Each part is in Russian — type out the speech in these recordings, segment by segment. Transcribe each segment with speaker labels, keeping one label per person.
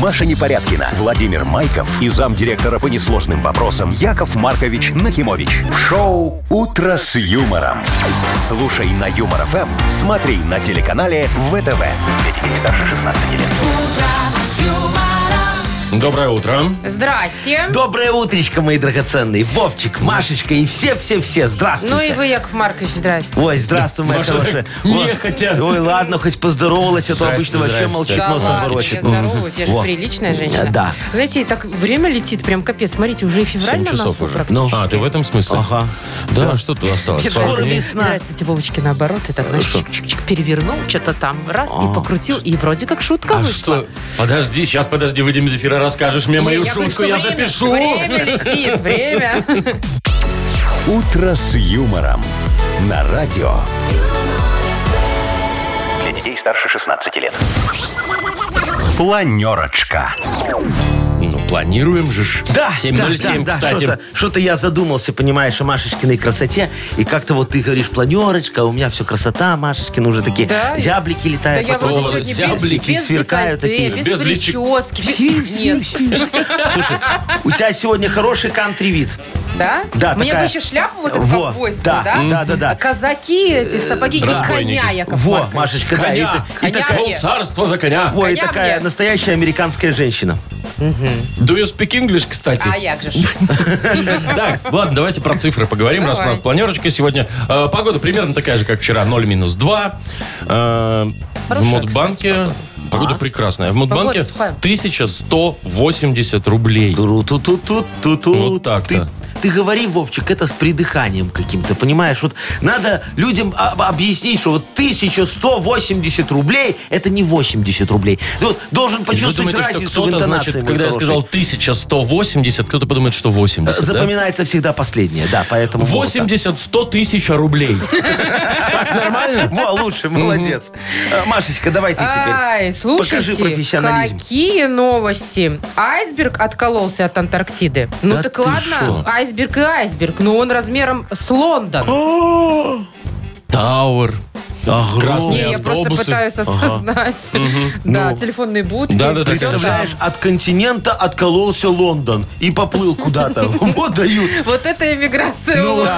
Speaker 1: Маша Непорядкина, Владимир Майков и замдиректора по несложным вопросам Яков Маркович Нахимович. В шоу «Утро с юмором». Слушай на Юмор ФМ, смотри на телеканале ВТВ. Для детей старше 16 лет.
Speaker 2: Доброе утро.
Speaker 3: Здрасте.
Speaker 4: Доброе утречко, мои драгоценные. Вовчик, Машечка и все-все-все. Здравствуйте.
Speaker 3: Ну и вы, Яков Маркович, здрасте.
Speaker 4: Ой, здравствуй, моя
Speaker 2: Маша,
Speaker 4: хорошая.
Speaker 2: так
Speaker 4: Ой,
Speaker 2: нехотя.
Speaker 4: Ой, ладно, хоть поздоровалась, а то
Speaker 2: Здрасте,
Speaker 4: обычно вообще
Speaker 2: здрасте.
Speaker 4: молчит,
Speaker 2: Да
Speaker 4: носом
Speaker 3: ладно, я
Speaker 4: ворочит.
Speaker 3: здороваюсь, я же
Speaker 4: ну, Во.
Speaker 3: приличная женщина.
Speaker 4: Да.
Speaker 3: Знаете, так время летит, прям капец. Смотрите, уже и февраль
Speaker 2: Семь
Speaker 3: на
Speaker 2: часов
Speaker 3: носу
Speaker 2: уже.
Speaker 3: практически.
Speaker 2: А, ты в этом смысле?
Speaker 4: Ага.
Speaker 2: Да, что тут осталось?
Speaker 3: Мне
Speaker 2: Пару
Speaker 4: Скоро
Speaker 2: дней?
Speaker 3: нравится,
Speaker 4: весна.
Speaker 3: Нравится эти Вовочки наоборот. И так, знаешь, чик-чик-чик, перевернул, что-то там раз и покрутил. И вроде как шутка
Speaker 2: А
Speaker 3: вышла.
Speaker 2: что? Подожди, сейчас подожди, выйдем из эфира, расскажешь мне
Speaker 3: Не,
Speaker 2: мою
Speaker 3: говорю,
Speaker 2: шутку,
Speaker 3: что
Speaker 2: я
Speaker 3: время-
Speaker 2: запишу.
Speaker 3: Время летит, время.
Speaker 1: «Утро с юмором» на радио. Для детей старше 16 лет. Планерочка.
Speaker 2: Ну, планируем же ж.
Speaker 4: Да,
Speaker 2: 7.07,
Speaker 4: да, да, да,
Speaker 2: кстати.
Speaker 4: Что-то, что-то я задумался, понимаешь, о Машечкиной красоте. И как-то вот ты говоришь, планерочка, а у меня все красота, Машечкина уже такие
Speaker 3: Да.
Speaker 4: зяблики
Speaker 3: Да
Speaker 4: летают.
Speaker 3: я
Speaker 4: потом-
Speaker 3: вроде
Speaker 2: вот
Speaker 3: сегодня без-
Speaker 2: зяблики
Speaker 3: без
Speaker 4: сверкают
Speaker 3: декольте,
Speaker 4: такие.
Speaker 3: без,
Speaker 2: Без личик.
Speaker 3: прически. без-
Speaker 4: Сим, сим,
Speaker 3: Нет.
Speaker 4: сим. Слушай, у тебя сегодня хороший кантри-вид.
Speaker 3: Да?
Speaker 4: Да,
Speaker 3: Мне
Speaker 4: такая-
Speaker 3: бы еще шляпу вот эту
Speaker 4: Во,
Speaker 3: ковбойскую,
Speaker 4: да,
Speaker 3: да?
Speaker 4: да, да, да.
Speaker 3: А Казаки эти, сапоги и
Speaker 2: разбойники.
Speaker 3: коня, Яков
Speaker 4: Во,
Speaker 3: Маркович.
Speaker 4: Машечка, да. И,
Speaker 2: Коня,
Speaker 4: та-
Speaker 3: Коня.
Speaker 4: и такая,
Speaker 2: Пол царства за коня.
Speaker 4: Ой, и
Speaker 3: Коня
Speaker 4: такая
Speaker 3: мне.
Speaker 4: настоящая американская женщина.
Speaker 2: Do you speak English, кстати?
Speaker 3: А як же ж.
Speaker 2: Так, ладно, давайте про цифры поговорим, раз у нас
Speaker 3: Давайте.
Speaker 2: планерочка сегодня. Э, Погода примерно такая же, как вчера, 0 минус 2. В
Speaker 3: Хорошая, А?
Speaker 2: Модбанке... Погода прекрасная. В Модбанке
Speaker 3: Погода сухая.
Speaker 2: 1180 рублей.
Speaker 4: Ту-ру-ту-ту-ту-ту-ту.
Speaker 2: Вот так-то.
Speaker 4: Ты, ты говори, Вовчик, это с придыханием каким-то, понимаешь? Вот надо людям об- объяснить, что вот 1180 рублей это не 80 рублей. Ты вот должен
Speaker 2: Вы
Speaker 4: почувствовать
Speaker 2: думаете, что
Speaker 4: разницу в
Speaker 2: кто-то,
Speaker 4: интонации,
Speaker 2: значит,
Speaker 4: мой
Speaker 2: когда я
Speaker 4: хороший.
Speaker 2: сказал 1180, кто-то подумает, что 80, да?
Speaker 4: Запоминается всегда последнее, да, поэтому... вот так.
Speaker 2: 80 100 тысяч рублей. Так нормально?
Speaker 4: Во, лучше, молодец. А, Машечка, давай ты теперь.
Speaker 3: Ай, слушайте,
Speaker 4: профессионализм.
Speaker 3: какие новости. Айсберг откололся от Антарктиды. Ну
Speaker 4: Да
Speaker 3: так
Speaker 4: ты
Speaker 3: ладно,
Speaker 4: шо?
Speaker 3: айсберг и айсберг, но он размером с Лондон.
Speaker 2: Тауэр.
Speaker 4: Огромный.
Speaker 2: Красный.
Speaker 3: Не, я
Speaker 2: автобусы.
Speaker 3: просто пытаюсь осознать. Да,
Speaker 4: Ну.
Speaker 3: телефонные будки.
Speaker 2: Да-да-да,
Speaker 3: всё
Speaker 2: представляешь,
Speaker 3: там.
Speaker 4: от континента откололся Лондон и поплыл куда-то. Вот дают.
Speaker 3: Вот это эмиграция
Speaker 4: Ну
Speaker 3: у
Speaker 4: Ой,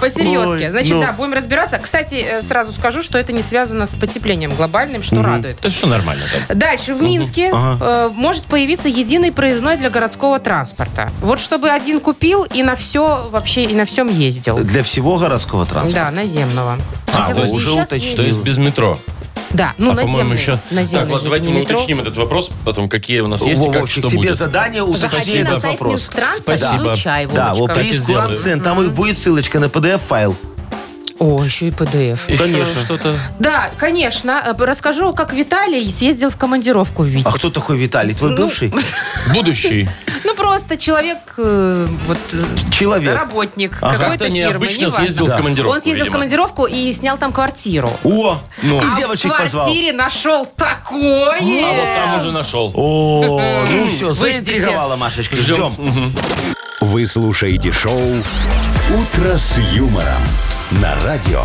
Speaker 3: По-серьезки. Значит,
Speaker 4: ну.
Speaker 3: да, будем разбираться. Кстати, э, сразу скажу, что это не связано с потеплением глобальным, что радует.
Speaker 2: Это все нормально там.
Speaker 3: Дальше в Минске э, может появиться единый проездной для городского транспорта. Вот чтобы один купил и на все вообще и на всем ездил.
Speaker 4: Для всего городского транспорта.
Speaker 3: Да, наземного.
Speaker 4: А,
Speaker 3: вроде и
Speaker 4: уже
Speaker 3: щас
Speaker 4: уточнили.
Speaker 2: То
Speaker 3: есть.
Speaker 2: есть без метро.
Speaker 3: Да, ну
Speaker 2: А, по-моему,
Speaker 3: наземный.
Speaker 2: еще...
Speaker 3: наземный
Speaker 2: Так, ладно,
Speaker 3: же,
Speaker 2: давайте
Speaker 3: не
Speaker 2: мы
Speaker 3: метро.
Speaker 2: уточним этот вопрос, потом какие у нас есть и
Speaker 4: Во,
Speaker 2: как
Speaker 4: Вовчик,
Speaker 2: что
Speaker 4: тебе
Speaker 2: будет.
Speaker 4: задание
Speaker 3: Заходи
Speaker 4: уточни
Speaker 3: на
Speaker 4: этот
Speaker 3: сайт
Speaker 4: вопрос.
Speaker 3: Минстранса,
Speaker 2: Спасибо.
Speaker 3: изучай,
Speaker 4: Да,
Speaker 3: Вовочка.
Speaker 4: вот
Speaker 2: Так и
Speaker 4: приз
Speaker 2: сделаю.
Speaker 4: Курансен, там и будет ссылочка на PDF-файл.
Speaker 3: О, еще и ПДФ.
Speaker 2: Еще
Speaker 4: Конечно.
Speaker 2: что-то.
Speaker 3: Да, конечно. Э, Расскажу, как Виталий съездил в командировку в
Speaker 4: А
Speaker 3: Витебск.
Speaker 4: кто такой Виталий? Твой
Speaker 3: Ну,
Speaker 4: бывший?
Speaker 2: Будущий.
Speaker 3: Ну, просто человек, э, вот, э,
Speaker 4: Человек.
Speaker 3: работник
Speaker 4: Ага.
Speaker 3: какой-то
Speaker 2: Как-то
Speaker 3: фирмы,
Speaker 2: необычно
Speaker 3: неважно.
Speaker 2: съездил в
Speaker 4: Да.
Speaker 2: командировку,
Speaker 3: Он съездил в
Speaker 2: видимо.
Speaker 3: командировку и снял там квартиру.
Speaker 4: О,
Speaker 2: Ну.
Speaker 4: и
Speaker 2: А
Speaker 4: девочек
Speaker 3: в
Speaker 4: позвал.
Speaker 3: квартире нашел
Speaker 2: А вот
Speaker 3: такое.
Speaker 2: там уже нашел.
Speaker 4: О, ну все,
Speaker 3: Вы ждите.
Speaker 4: заинтриговала, Машечка.
Speaker 2: Ждем.
Speaker 4: Ждем.
Speaker 1: Вы слушаете шоу «Утро с юмором» на радио.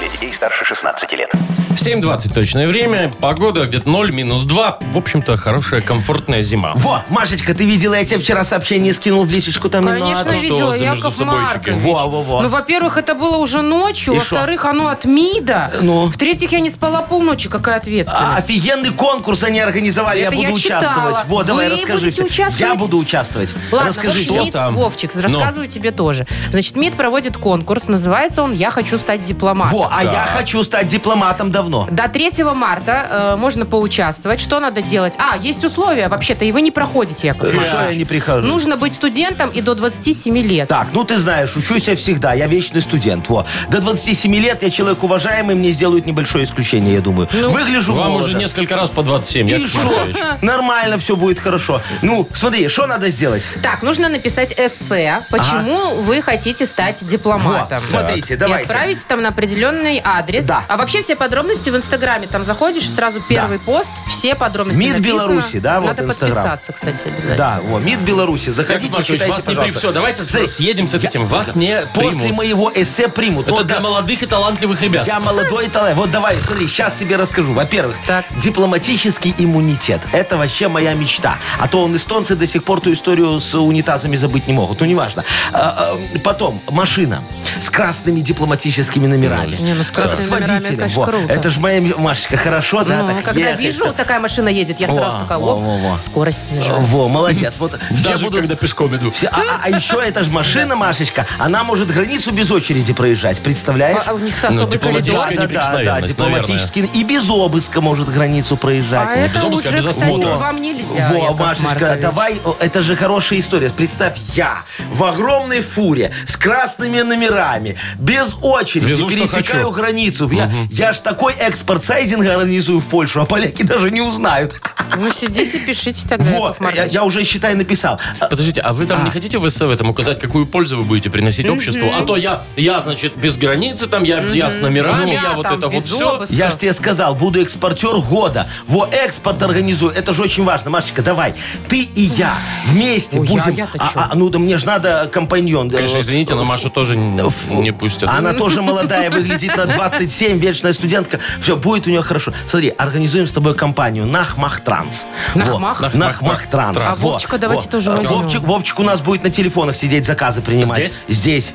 Speaker 1: Для детей старше 16 лет.
Speaker 2: 7.20 точное время. Погода где-то 0, минус 2. В общем-то, хорошая, комфортная зима.
Speaker 4: Во, Машечка, ты видела, я тебе вчера сообщение скинул в личечку, там не
Speaker 3: Конечно,
Speaker 4: надо.
Speaker 2: Что
Speaker 3: видела,
Speaker 2: за
Speaker 3: Яков
Speaker 2: междусобойчики?
Speaker 3: Маркович.
Speaker 4: Во, во, во.
Speaker 3: Ну, во-первых, это было уже ночью.
Speaker 4: И
Speaker 3: Во-вторых, оно от МИДа.
Speaker 4: Ну?
Speaker 3: В-третьих, я не спала полночи. Какая
Speaker 4: А,
Speaker 3: ответственность.
Speaker 4: Офигенный конкурс они организовали,
Speaker 3: Это
Speaker 4: я буду
Speaker 3: я читала.
Speaker 4: участвовать. Вот, давай
Speaker 3: Вы
Speaker 4: расскажи.
Speaker 3: будете
Speaker 4: всё. Я
Speaker 3: участвовать?
Speaker 4: буду участвовать.
Speaker 3: Ладно,
Speaker 4: расскажи,
Speaker 3: в общем,
Speaker 2: что
Speaker 3: МИД,
Speaker 2: там.
Speaker 3: Вовчик,
Speaker 2: Ну.
Speaker 3: рассказываю тебе тоже. Значит, МИД проводит конкурс. Называется он «Я хочу стать дипломатом».
Speaker 4: Во, а я хочу стать дипломатом давно.
Speaker 3: До 3 марта э, можно поучаствовать. Что надо делать? А, есть условия вообще-то, и вы не проходите, Яков
Speaker 4: Хорошо,
Speaker 3: Маркович.
Speaker 4: я а не прихожу?
Speaker 3: Нужно быть студентом и до 27 лет.
Speaker 4: Так, ну ты знаешь, учусь я всегда, я вечный студент. Во. До 27 лет я человек уважаемый, мне сделают небольшое исключение, я думаю. Выгляжу
Speaker 2: Вам
Speaker 4: молодо.
Speaker 2: уже несколько раз по 27,
Speaker 4: И
Speaker 2: Яков
Speaker 4: шо?
Speaker 2: Маркович.
Speaker 4: Нормально, все будет хорошо. Ну, смотри, что надо сделать?
Speaker 3: Так, нужно написать эссе, почему вы хотите стать
Speaker 4: Вот,
Speaker 3: дипломатом.
Speaker 4: смотрите,
Speaker 3: И
Speaker 4: давайте.
Speaker 3: отправить там на определенный мой адрес.
Speaker 4: Да.
Speaker 3: А вообще все подробности в Инстаграме. Там заходишь, и сразу первый пост, все подробности
Speaker 4: МИД
Speaker 3: написано.
Speaker 4: Беларуси, да, вот
Speaker 3: Надо
Speaker 4: Инстаграм.
Speaker 3: подписаться, кстати, обязательно.
Speaker 4: Да, вот, МИД Беларуси. Заходите,
Speaker 2: Яков Маркович,
Speaker 4: читайте,
Speaker 2: вас не при...
Speaker 4: пожалуйста.
Speaker 2: Все, давайте
Speaker 4: Смотри,
Speaker 2: съедем с этим. Вас не
Speaker 4: После
Speaker 2: примут.
Speaker 4: моего эссе примут.
Speaker 2: Это
Speaker 4: Вот
Speaker 2: для
Speaker 4: да-
Speaker 2: молодых и талантливых ребят.
Speaker 4: Я молодой талант. Вот давай, смотри, сейчас тебе расскажу. Во-первых,
Speaker 3: Так.
Speaker 4: дипломатический иммунитет. Это вообще моя мечта. А то он эстонцы до сих пор ту историю с унитазами забыть не могут. Ну, неважно. А, а, Потом, машина с красными дипломатическими номерами.
Speaker 3: Не, ну, с красными номерами,
Speaker 4: водителем.
Speaker 3: конечно,
Speaker 4: Во.
Speaker 3: круто.
Speaker 4: Это же моя, м- Машечка, хорошо, да?
Speaker 3: Ну,
Speaker 4: так
Speaker 3: когда
Speaker 4: ехать.
Speaker 3: вижу, такая машина едет, я
Speaker 4: Во,
Speaker 3: сразу такая,
Speaker 4: во,
Speaker 3: оп,
Speaker 4: во, во.
Speaker 3: скорость снижаю.
Speaker 4: Во, молодец. Вот все
Speaker 2: Даже
Speaker 4: будут-
Speaker 2: когда пешком иду.
Speaker 4: все- а, а- а еще эта же машина, Машечка, она может границу без очереди проезжать, представляешь?
Speaker 3: А, а у них особый коридор.
Speaker 2: дипломатическая неприкосновенность,
Speaker 4: дипломатически. И без обыска может границу проезжать.
Speaker 3: А это
Speaker 2: Без обыска,
Speaker 3: уже,
Speaker 2: без
Speaker 3: кстати, ну,
Speaker 2: осмотра.
Speaker 3: вам нельзя,
Speaker 4: Во,
Speaker 3: Яков
Speaker 4: Машечка,
Speaker 3: Маркович.
Speaker 4: давай, о, это же хорошая история. Представь, я в огромной фуре с красными номерами, без очереди
Speaker 2: Везу, что
Speaker 4: пересекаю
Speaker 2: хочу.
Speaker 4: границу. Я, я ж такой экспорт сайдинга организую в Польшу, а поляки даже не узнают.
Speaker 3: Ну, сидите, пишите тогда,
Speaker 4: Вот,
Speaker 3: Яков
Speaker 4: я,
Speaker 3: Маркович.
Speaker 4: я уже, считай, написал. А,
Speaker 2: Подождите, а вы там не хотите в СС в этом указать, какую пользу вы будете приносить обществу? А то я, я, значит, без границы, там я, я с номерами,
Speaker 3: Ну, Я
Speaker 2: я, вот
Speaker 3: там
Speaker 2: это вот
Speaker 3: без
Speaker 2: все.
Speaker 3: обыска.
Speaker 4: Я же тебе сказал, буду экспортер года. Во, экспорт организую. Это же очень важно. Машечка, давай. Ты и я вместе
Speaker 3: Ой, я-
Speaker 4: будем...
Speaker 3: я-то
Speaker 4: А,
Speaker 3: чё?
Speaker 4: а, ну, да мне же надо компаньон.
Speaker 2: Конечно,
Speaker 4: Э,
Speaker 2: извините, но Машу тоже не, не пустят.
Speaker 4: Она тоже молодая, выглядит на 27, вечная студентка. Все, будет у нее хорошо. Смотри, организуем с тобой компанию Нахмахтранс.
Speaker 3: Нахмах?
Speaker 4: Во, Нахмахтранс.
Speaker 3: А
Speaker 4: Во,
Speaker 3: Вовчика давайте
Speaker 4: во.
Speaker 3: тоже
Speaker 4: Э,
Speaker 3: возьмем.
Speaker 4: Вовчик, Вовчик у нас будет на телефонах сидеть, заказы принимать.
Speaker 2: Здесь?
Speaker 4: Здесь.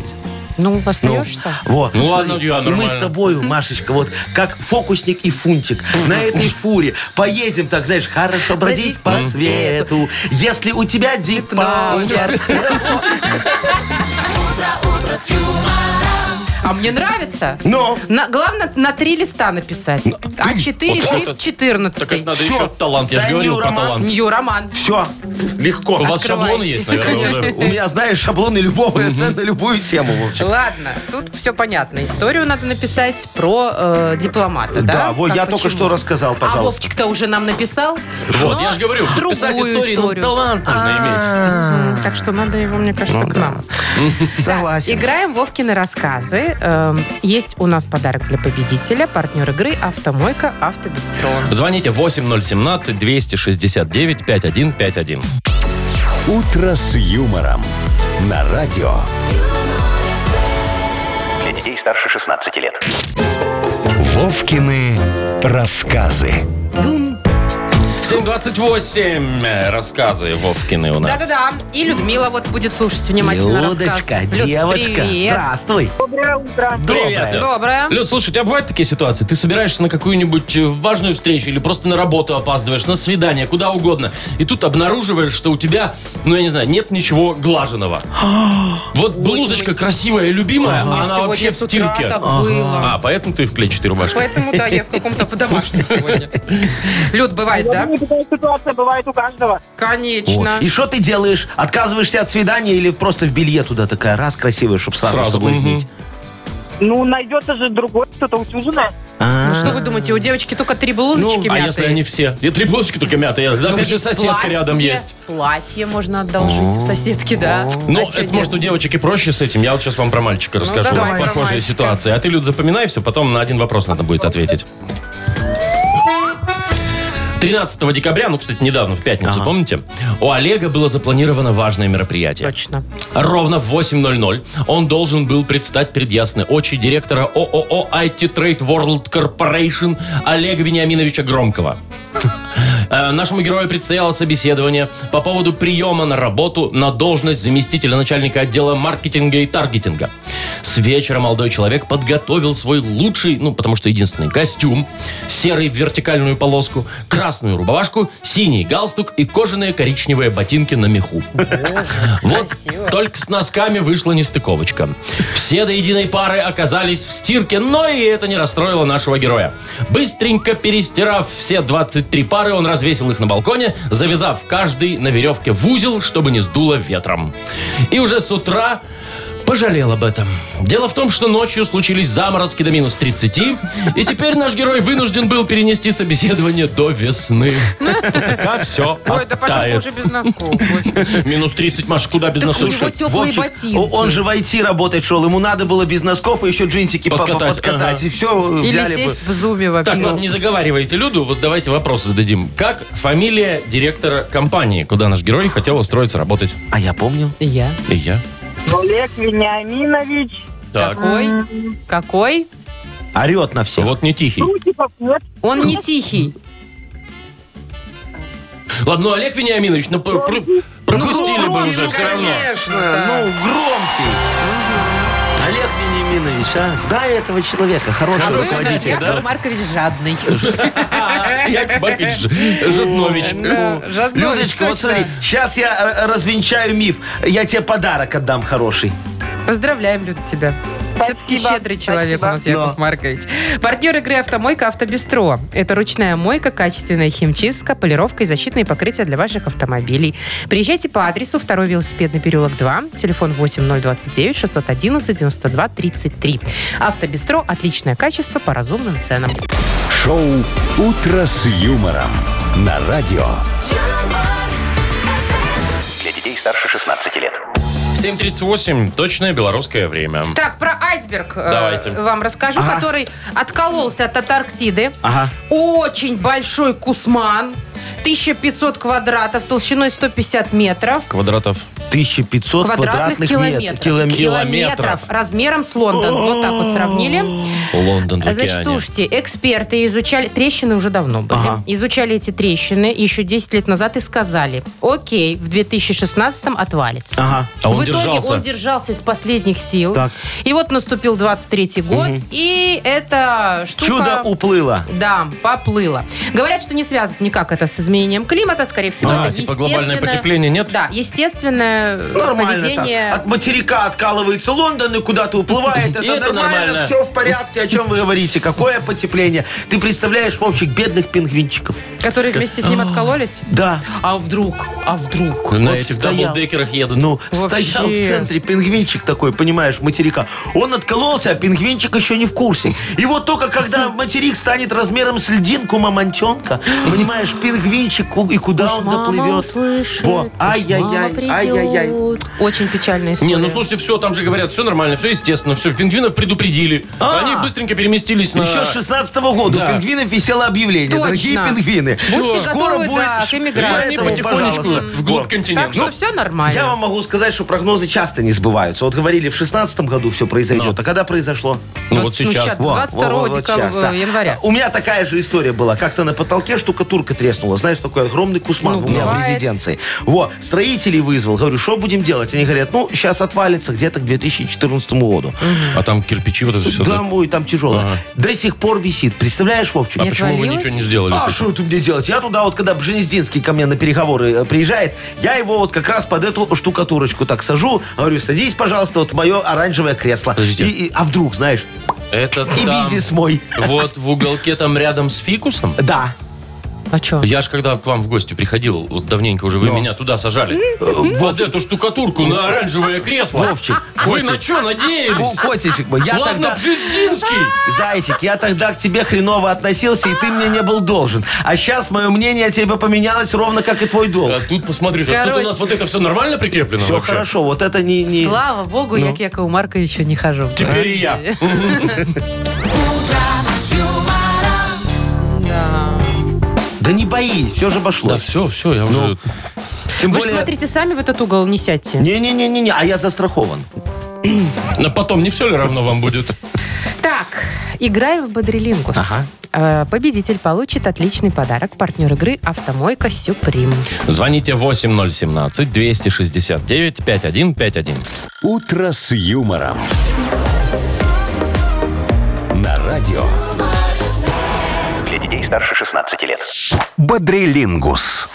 Speaker 3: Ну, остаешься?
Speaker 4: Вот.
Speaker 2: Ну ладно, я
Speaker 4: и мы
Speaker 2: нормально.
Speaker 4: с тобою, Машечка, вот как фокусник и фунтик на этой фуре поедем, так знаешь, хорошо
Speaker 3: Бродить
Speaker 4: бродить по
Speaker 3: по
Speaker 4: свету. Если у тебя дипломат.
Speaker 3: А мне нравится.
Speaker 4: Но
Speaker 3: На- главное, на три листа написать. А четыре
Speaker 2: вот
Speaker 3: шрифт
Speaker 2: это- Так это
Speaker 3: 14.
Speaker 2: надо еще талант, я же
Speaker 4: Да
Speaker 2: говорил
Speaker 4: не,
Speaker 2: про
Speaker 4: Роман.
Speaker 2: талант.
Speaker 3: Нью Роман.
Speaker 4: все, легко.
Speaker 2: У вас
Speaker 3: Открывайте.
Speaker 2: шаблон есть, наверное, уже.
Speaker 4: У меня, знаешь, шаблоны любого эссе на любую тему, Вовчик.
Speaker 3: Ладно, тут все понятно. Историю надо написать про э, дипломата, да?
Speaker 4: Да, вот
Speaker 3: Как,
Speaker 4: я только
Speaker 3: почему?
Speaker 4: что рассказал,
Speaker 3: А
Speaker 4: пожалуйста.
Speaker 3: Вовчик-то уже нам написал.
Speaker 2: Вот,
Speaker 3: но
Speaker 2: я же говорю, что
Speaker 3: другую
Speaker 2: писать истории, ну,
Speaker 3: историю. А.
Speaker 2: талант нужно
Speaker 4: А.
Speaker 3: М, Так что надо его, мне кажется, к нам.
Speaker 4: Согласен.
Speaker 3: Играем Вовкины рассказы. Эм, Есть у нас подарок для победителя. Партнер игры «Автомойка Автобестро».
Speaker 2: иметь. Звоните 8017-269-5151.
Speaker 1: «Утро с юмором» на радио.
Speaker 5: Для детей старше 16 лет.
Speaker 1: Вовкины рассказы.
Speaker 2: 728. э, Рассказы Вовкины у нас.
Speaker 3: Да-да-да. И Людмила вот будет слушать внимательно
Speaker 4: Людочка,
Speaker 3: рассказ. Люд,
Speaker 4: девочка,
Speaker 3: привет.
Speaker 4: здравствуй.
Speaker 2: Привет. Люд.
Speaker 3: Доброе.
Speaker 2: Люд, слушай, у тебя бывают такие ситуации? Ты собираешься на какую-нибудь э, важную встречу или просто на работу опаздываешь, на свидание, куда угодно. И тут обнаруживаешь, что у тебя, ну я не знаю, нет ничего глаженного. вот блузочка красивая и любимая, а она
Speaker 3: Сегодня
Speaker 2: вообще в
Speaker 3: с утра
Speaker 2: стирке.
Speaker 3: так было.
Speaker 2: А, поэтому ты в клетчатой рубашке. Ну, а
Speaker 3: Поэтому, да, я в каком-то в домашнем сегодня. Люд, бывает,
Speaker 6: Я
Speaker 3: да?
Speaker 6: думаю, такая ситуация бывает у каждого.
Speaker 3: Конечно.
Speaker 4: И что ты делаешь? Отказываешься от свидания или просто в белье туда такая, раз, красивая, чтобы сразу,
Speaker 2: Сразу,
Speaker 4: соблазнить?
Speaker 6: Ну, найдется же другой, кто-то утюженное.
Speaker 4: А.
Speaker 3: Ну что вы думаете, у девочки только три блузочки
Speaker 2: А
Speaker 3: мятые?
Speaker 2: если они все? И три блузочки только мятые. Да,
Speaker 3: Ну,
Speaker 2: опять же, соседка
Speaker 3: платье-
Speaker 2: рядом есть.
Speaker 3: Платье можно одолжить у соседки, да.
Speaker 2: Ну,
Speaker 3: А чё
Speaker 2: это, может, у
Speaker 3: нет?
Speaker 2: девочек и проще с этим. Я вот сейчас вам про мальчика расскажу.
Speaker 3: Ну, давай про
Speaker 2: Похожая
Speaker 3: мальчика.
Speaker 2: ситуация. А ты, Люд, запоминай все, потом на один вопрос надо будет ответить. 13 декабря, ну, кстати, недавно, в пятницу, помните? У Олега было запланировано важное мероприятие.
Speaker 3: Точно.
Speaker 2: Ровно в 8.00 он должен был предстать перед ясной очи директора ООО IT Trade World Corporation Олега Вениаминовича Громкова. Э, Нашему герою предстояло собеседование по поводу приема на работу на должность заместителя начальника отдела маркетинга и таргетинга. С вечера молодой человек подготовил свой лучший, ну, потому что единственный, костюм, серый в вертикальную полоску, красную рубашку, синий галстук и кожаные коричневые ботинки на меху. Вот
Speaker 3: красиво.
Speaker 2: только с носками вышла нестыковочка. Все до единой пары оказались в стирке, но и это не расстроило нашего героя. Быстренько перестирав все 23 пары, он развесил их на балконе, завязав каждый на веревке в узел, чтобы не сдуло ветром. И уже с утра пожалел об этом. Дело в том, что ночью случились заморозки до минус 30, и теперь наш герой вынужден был перенести собеседование до весны. Пока все
Speaker 3: Ой, да пошел бы
Speaker 2: оттает.
Speaker 3: уже без носков. Ой.
Speaker 2: Минус 30, Маш, куда без
Speaker 3: Так у
Speaker 2: носочков?
Speaker 3: него теплые
Speaker 4: Вовчик,
Speaker 3: ботинки.
Speaker 4: о- он же в IT работать шел, ему надо было без носков и еще джинтики по- по-
Speaker 2: Подкатать,
Speaker 4: подкатать,
Speaker 2: ага.
Speaker 4: и все
Speaker 3: Или
Speaker 4: взяли бы.
Speaker 3: сесть в зуме вообще.
Speaker 2: Так, ладно, не заговаривайте Люду, вот давайте вопрос зададим. Как фамилия директора компании, куда наш герой хотел устроиться работать?
Speaker 4: А я помню.
Speaker 3: Я.
Speaker 2: И я.
Speaker 6: Олег Вениаминович.
Speaker 2: Так,
Speaker 3: Какой? Какой?
Speaker 4: Орет на всех.
Speaker 2: вот не тихий.
Speaker 6: Крутиков нет.
Speaker 3: Он не тихий.
Speaker 2: Ладно, ну, Олег Вениаминович, ну, пр- пр- пропустили бы уже все равно.
Speaker 4: Ну, Конечно, ну громкий. Олег Вениаминович, а? Знаю этого человека, хороший
Speaker 2: Хороший
Speaker 4: руководитель.
Speaker 2: водитель, да?
Speaker 3: Яков Маркович жадный.
Speaker 2: А, Яков Маркович Ж- Жаднович.
Speaker 3: Да, Жадный,
Speaker 4: Людочка, вот
Speaker 3: точно.
Speaker 4: смотри, сейчас я э, развенчаю миф. Я тебе подарок отдам хороший.
Speaker 3: Поздравляем, Люд, тебя. Все-таки щедрый человек у нас, Яков Маркович. Партнер игры «Автомойка Автобестро». Это ручная мойка, качественная химчистка, полировка и защитные покрытия для ваших автомобилей. Приезжайте по адресу 2 велосипедный переулок 2, телефон 8029 611 92 33. «Автобестро» – отличное качество по разумным ценам.
Speaker 1: Шоу «Утро с юмором» на радио.
Speaker 5: Для детей старше 16 лет.
Speaker 2: 7.38, точное белорусское время.
Speaker 3: Так, про айсберг э,
Speaker 2: Давайте.
Speaker 3: вам расскажу,
Speaker 4: Ага.
Speaker 3: который откололся от Антарктиды.
Speaker 4: Ага.
Speaker 3: Очень большой кусман. 1500 квадратов, толщиной 150 метров.
Speaker 2: Квадратов.
Speaker 4: 1500
Speaker 3: Квадратных,
Speaker 4: квадратных,
Speaker 3: километров.
Speaker 4: метров. Километр.
Speaker 2: Километров.
Speaker 3: Размером с Лондон. Вот так вот сравнили.
Speaker 2: Лондон в
Speaker 3: Э, Значит,
Speaker 2: океане.
Speaker 3: слушайте, эксперты изучали... Трещины уже давно были.
Speaker 4: Ага.
Speaker 3: Изучали эти трещины еще 10 лет назад и сказали, окей, в 2016-м отвалится.
Speaker 4: Ага.
Speaker 2: а он
Speaker 3: в итоге
Speaker 2: держался.
Speaker 3: он держался из последних сил.
Speaker 4: Так.
Speaker 3: И вот наступил 23-й год, и эта штука...
Speaker 4: Чудо уплыло.
Speaker 3: Да, поплыла. Говорят, что не связано никак это с изменением климата, скорее всего,
Speaker 2: А,
Speaker 3: это
Speaker 2: типа глобальное
Speaker 3: естественное-
Speaker 2: потепление нет?
Speaker 3: Да, естественное
Speaker 4: Нормально
Speaker 3: поведение.
Speaker 4: так. От материка откалывается Лондон и куда-то уплывает. Это,
Speaker 2: И это
Speaker 4: нормально,
Speaker 2: нормально.
Speaker 4: все в порядке. О чем вы говорите? Какое потепление? Ты представляешь, Вовчик, бедных пингвинчиков.
Speaker 3: Которые вместе с ним откололись.
Speaker 4: Да.
Speaker 3: А вдруг? А вдруг?
Speaker 2: На
Speaker 4: Вот
Speaker 2: этих
Speaker 4: стоял.
Speaker 2: даблдекерах едут.
Speaker 4: Ну,
Speaker 3: Вообще.
Speaker 4: стоял в центре пингвинчик такой, понимаешь, материка. Он откололся, а пингвинчик еще не в курсе. И вот только когда материк станет размером с льдинку мамонтенка, понимаешь, пингвинчик, ку- и куда он доплывет. Во, ай-яй-яй, ай-яй-яй.
Speaker 3: Очень печальная история.
Speaker 2: Не, ну слушайте, все, там же говорят, все нормально, все естественно, все, пингвинов предупредили.
Speaker 4: А.
Speaker 2: Они быстренько переместились на...
Speaker 4: Еще с 16 года
Speaker 2: Э, Да.
Speaker 4: у пингвинов висело объявление.
Speaker 3: Точно.
Speaker 4: Дорогие пингвины,
Speaker 3: Будьте
Speaker 4: скоро
Speaker 3: готовы,
Speaker 4: будет-
Speaker 3: да, к
Speaker 2: Они
Speaker 3: иммиграции.
Speaker 4: Поэтому,
Speaker 2: потихонечку
Speaker 4: пожалуйста.
Speaker 2: вглубь континента. Ну,
Speaker 3: Так что все нормально.
Speaker 4: Я вам могу сказать, что прогнозы часто не сбываются. Вот говорили, в 16 году все произойдет. А когда произошло?
Speaker 2: Ну, вот сейчас.
Speaker 3: сейчас,
Speaker 4: Во,
Speaker 3: 22
Speaker 4: во, во, вот
Speaker 3: декабря,
Speaker 4: щас, да.
Speaker 3: января.
Speaker 4: У меня такая же история была. Как-то на потолке штукатурка треснула. Знаешь, такой огромный кусман
Speaker 3: Ну,
Speaker 4: у меня
Speaker 3: бывает.
Speaker 4: в резиденции. Вот, строителей вызвал. Говорю, что будем делать? Они говорят, ну, сейчас отвалится где-то к 2014 году.
Speaker 2: А там кирпичи вот это Ну, все.
Speaker 4: Да, мой, там тяжело.
Speaker 2: Ага.
Speaker 4: До сих пор висит. Представляешь, Вовчик?
Speaker 2: А почему вы
Speaker 3: отвалилось?
Speaker 2: ничего не сделали?
Speaker 4: А что это мне делать? Я туда вот, когда Бжензинский ко мне на переговоры э, приезжает, я его вот как раз под эту штукатурочку так сажу, говорю, садись, пожалуйста, вот в мое оранжевое кресло.
Speaker 2: Подождите.
Speaker 4: И- и- а вдруг, знаешь,
Speaker 2: Это
Speaker 4: А, и
Speaker 2: там,
Speaker 4: бизнес мой.
Speaker 2: Вот в уголке там рядом с фикусом.
Speaker 4: Да.
Speaker 3: А что?
Speaker 2: Я ж когда к вам в гости приходил, вот давненько уже вы
Speaker 4: Ну.
Speaker 2: меня туда сажали. Вот эту штукатурку на оранжевое кресло.
Speaker 4: Э, Вовчик,
Speaker 2: Вы
Speaker 4: Вовчик.
Speaker 2: на что
Speaker 4: Ку-
Speaker 2: надеялись?
Speaker 4: Котичек мой, я
Speaker 2: Ладно,
Speaker 4: тогда...
Speaker 2: Бжезинский.
Speaker 4: Зайчик, я тогда к тебе хреново относился, и ты мне не был должен. А сейчас мое мнение о тебе поменялось ровно как и твой долг.
Speaker 2: А тут посмотришь, а
Speaker 3: Короче.
Speaker 2: тут у нас вот это все нормально прикреплено
Speaker 4: Все
Speaker 2: вообще?
Speaker 4: хорошо, вот это не... не...
Speaker 3: Слава богу,
Speaker 4: Ну.
Speaker 3: я к Якову Марковичу не хожу.
Speaker 2: Теперь и я.
Speaker 3: Да.
Speaker 4: Да не боись, все же
Speaker 2: Да
Speaker 4: обошлось.
Speaker 2: все, все, я уже...
Speaker 4: Тем
Speaker 3: Вы же
Speaker 4: более...
Speaker 3: смотрите сами в этот угол, не сядьте.
Speaker 4: Не-не-не-не, а я застрахован.
Speaker 2: Но потом не все ли равно вам будет?
Speaker 3: Так, играем в Бодрилингус.
Speaker 4: Ага.
Speaker 3: Э, Победитель получит отличный подарок. Партнер игры «Автомойка Сюприм».
Speaker 2: Звоните 8017-269-5151.
Speaker 1: «Утро с юмором». На радио
Speaker 5: Для детей старше 16 лет.
Speaker 1: «Бодрилингус».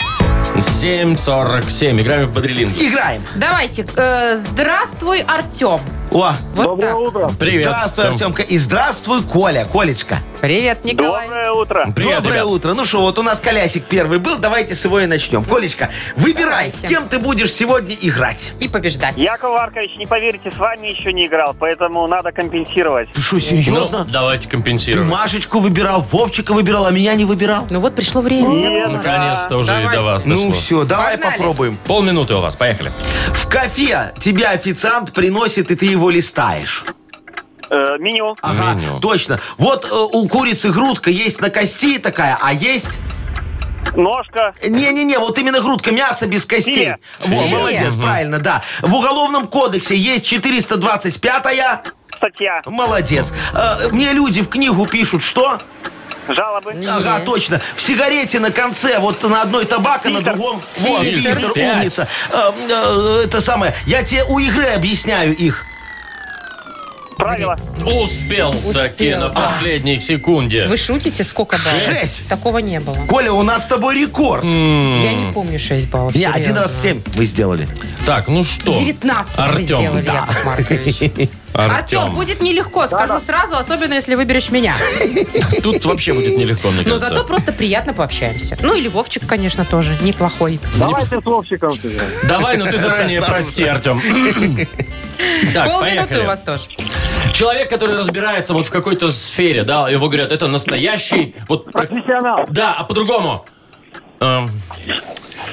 Speaker 2: 747. Играем в Бодрилингус.
Speaker 4: Играем.
Speaker 3: Давайте. э, здравствуй, Артем.
Speaker 4: О,
Speaker 3: Вот так.
Speaker 6: утро.
Speaker 2: Привет.
Speaker 4: здравствуй,
Speaker 2: Там-
Speaker 4: Артемка. И здравствуй, Коля. Колечка.
Speaker 3: Привет, Николай.
Speaker 6: Доброе утро.
Speaker 2: Привет,
Speaker 4: Доброе
Speaker 2: ребят.
Speaker 4: утро. Ну что, вот у нас колясик первый был, давайте с его и начнем. Колечка, выбирай, с
Speaker 3: Давайте.
Speaker 4: кем ты будешь сегодня играть.
Speaker 3: И побеждать.
Speaker 6: Яков Маркович, не поверите, с вами еще не играл, поэтому надо компенсировать.
Speaker 4: Ты что,
Speaker 2: Ну,
Speaker 4: серьезно?
Speaker 2: давайте
Speaker 4: Ты
Speaker 2: компенсируем.
Speaker 4: Машечку выбирал, Вовчика выбирал, а меня не выбирал?
Speaker 3: Ну вот пришло время. Яков Маркович.
Speaker 2: Наконец-то уже и
Speaker 3: Давайте.
Speaker 2: до вас
Speaker 4: Ну
Speaker 2: дошло.
Speaker 4: все, давай
Speaker 3: Погнали.
Speaker 4: попробуем.
Speaker 2: Полминуты у вас, поехали.
Speaker 4: В кафе тебя официант приносит, и ты его листаешь.
Speaker 6: Э, меню.
Speaker 4: Ага,
Speaker 2: Меню.
Speaker 4: точно. Вот э, у курицы грудка есть на кости такая, а есть...
Speaker 6: Ножка.
Speaker 4: Не-не-не, вот именно грудка, мясо без костей.
Speaker 6: Филе.
Speaker 4: Во,
Speaker 2: Филе.
Speaker 4: молодец, правильно, да. В Уголовном кодексе есть 425-я.
Speaker 6: Статья.
Speaker 4: Молодец. Э, Мне люди в книгу пишут, что?
Speaker 6: Жалобы.
Speaker 4: Ага, точно. В сигарете на конце, вот на одной табака, на
Speaker 6: Фильтр.
Speaker 4: другом... Вот,
Speaker 2: Фильтр.
Speaker 4: фильтр,
Speaker 2: Пять.
Speaker 4: умница. Э, э, Это самое. Я тебе у игры объясняю их.
Speaker 6: Правила.
Speaker 2: Успел, таки
Speaker 3: Успел.
Speaker 4: А.
Speaker 2: на последней секунде.
Speaker 3: Вы шутите, сколько баллов?
Speaker 4: Шесть.
Speaker 3: Такого не было.
Speaker 4: Коля, у нас с тобой рекорд.
Speaker 3: Я не помню 6 баллов.
Speaker 4: Не, один
Speaker 3: серьезно.
Speaker 4: раз семь вы сделали.
Speaker 2: Так, ну что?
Speaker 3: 19 вы
Speaker 2: Артем,
Speaker 3: сделали,
Speaker 2: да.
Speaker 3: Яков Маркович. Артем, будет нелегко, скажу сразу, особенно если выберешь меня.
Speaker 2: Тут вообще будет нелегко, мне
Speaker 3: Но
Speaker 2: кажется.
Speaker 3: Ну, зато просто приятно пообщаемся. Ну или Вовчик, конечно, тоже неплохой.
Speaker 6: Давайте с Вовчиком.
Speaker 2: Давай, но ты заранее прости, Артем. Так,
Speaker 3: Полминуты у
Speaker 2: поехали.
Speaker 3: вас тоже.
Speaker 2: Человек, который разбирается вот в какой-то сфере, да, его говорят, это настоящий, вот, про-
Speaker 6: Профессионал.
Speaker 2: да, а по-другому. Эм,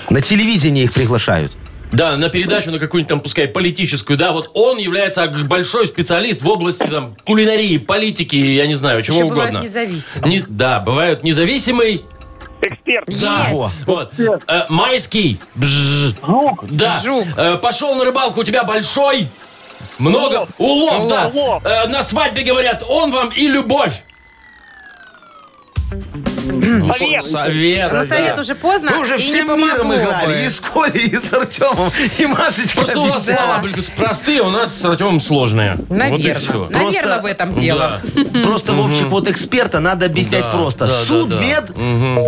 Speaker 4: На телевидении их приглашают.
Speaker 2: Да, на передачу, на какую-нибудь там, пускай политическую, да, вот он является ог- большой специалист в области там кулинарии, политики, я не знаю, чего
Speaker 3: Еще бывают
Speaker 2: угодно.
Speaker 3: независимые.
Speaker 2: Не- да, бывают независимый.
Speaker 6: Эксперт.
Speaker 2: Да,
Speaker 3: Есть.
Speaker 2: во, вот. Э, майский. Бжж.
Speaker 6: Жук.
Speaker 2: Да.
Speaker 3: Жук.
Speaker 2: Э, пошел на рыбалку, у тебя большой. Много. Улов, да.
Speaker 6: Улов.
Speaker 2: Э, на свадьбе говорят, он вам и любовь. Ну,
Speaker 6: Совет.
Speaker 2: Совет.
Speaker 3: На Ну, совет уже поздно.
Speaker 4: Мы уже
Speaker 3: и не
Speaker 4: всем
Speaker 3: помогло
Speaker 4: миром
Speaker 3: бы.
Speaker 4: играли. И с Колей, и с Артемом, и Машечкой.
Speaker 2: Просто у вас
Speaker 4: объясняла.
Speaker 2: слова были простые, у нас с Артемом сложные. Вот и
Speaker 3: Наверное.
Speaker 2: все.
Speaker 3: Наверное,
Speaker 4: Просто-
Speaker 3: в этом дело.
Speaker 4: Просто, Вовчик, вот эксперта надо объяснять просто. Суд, мед,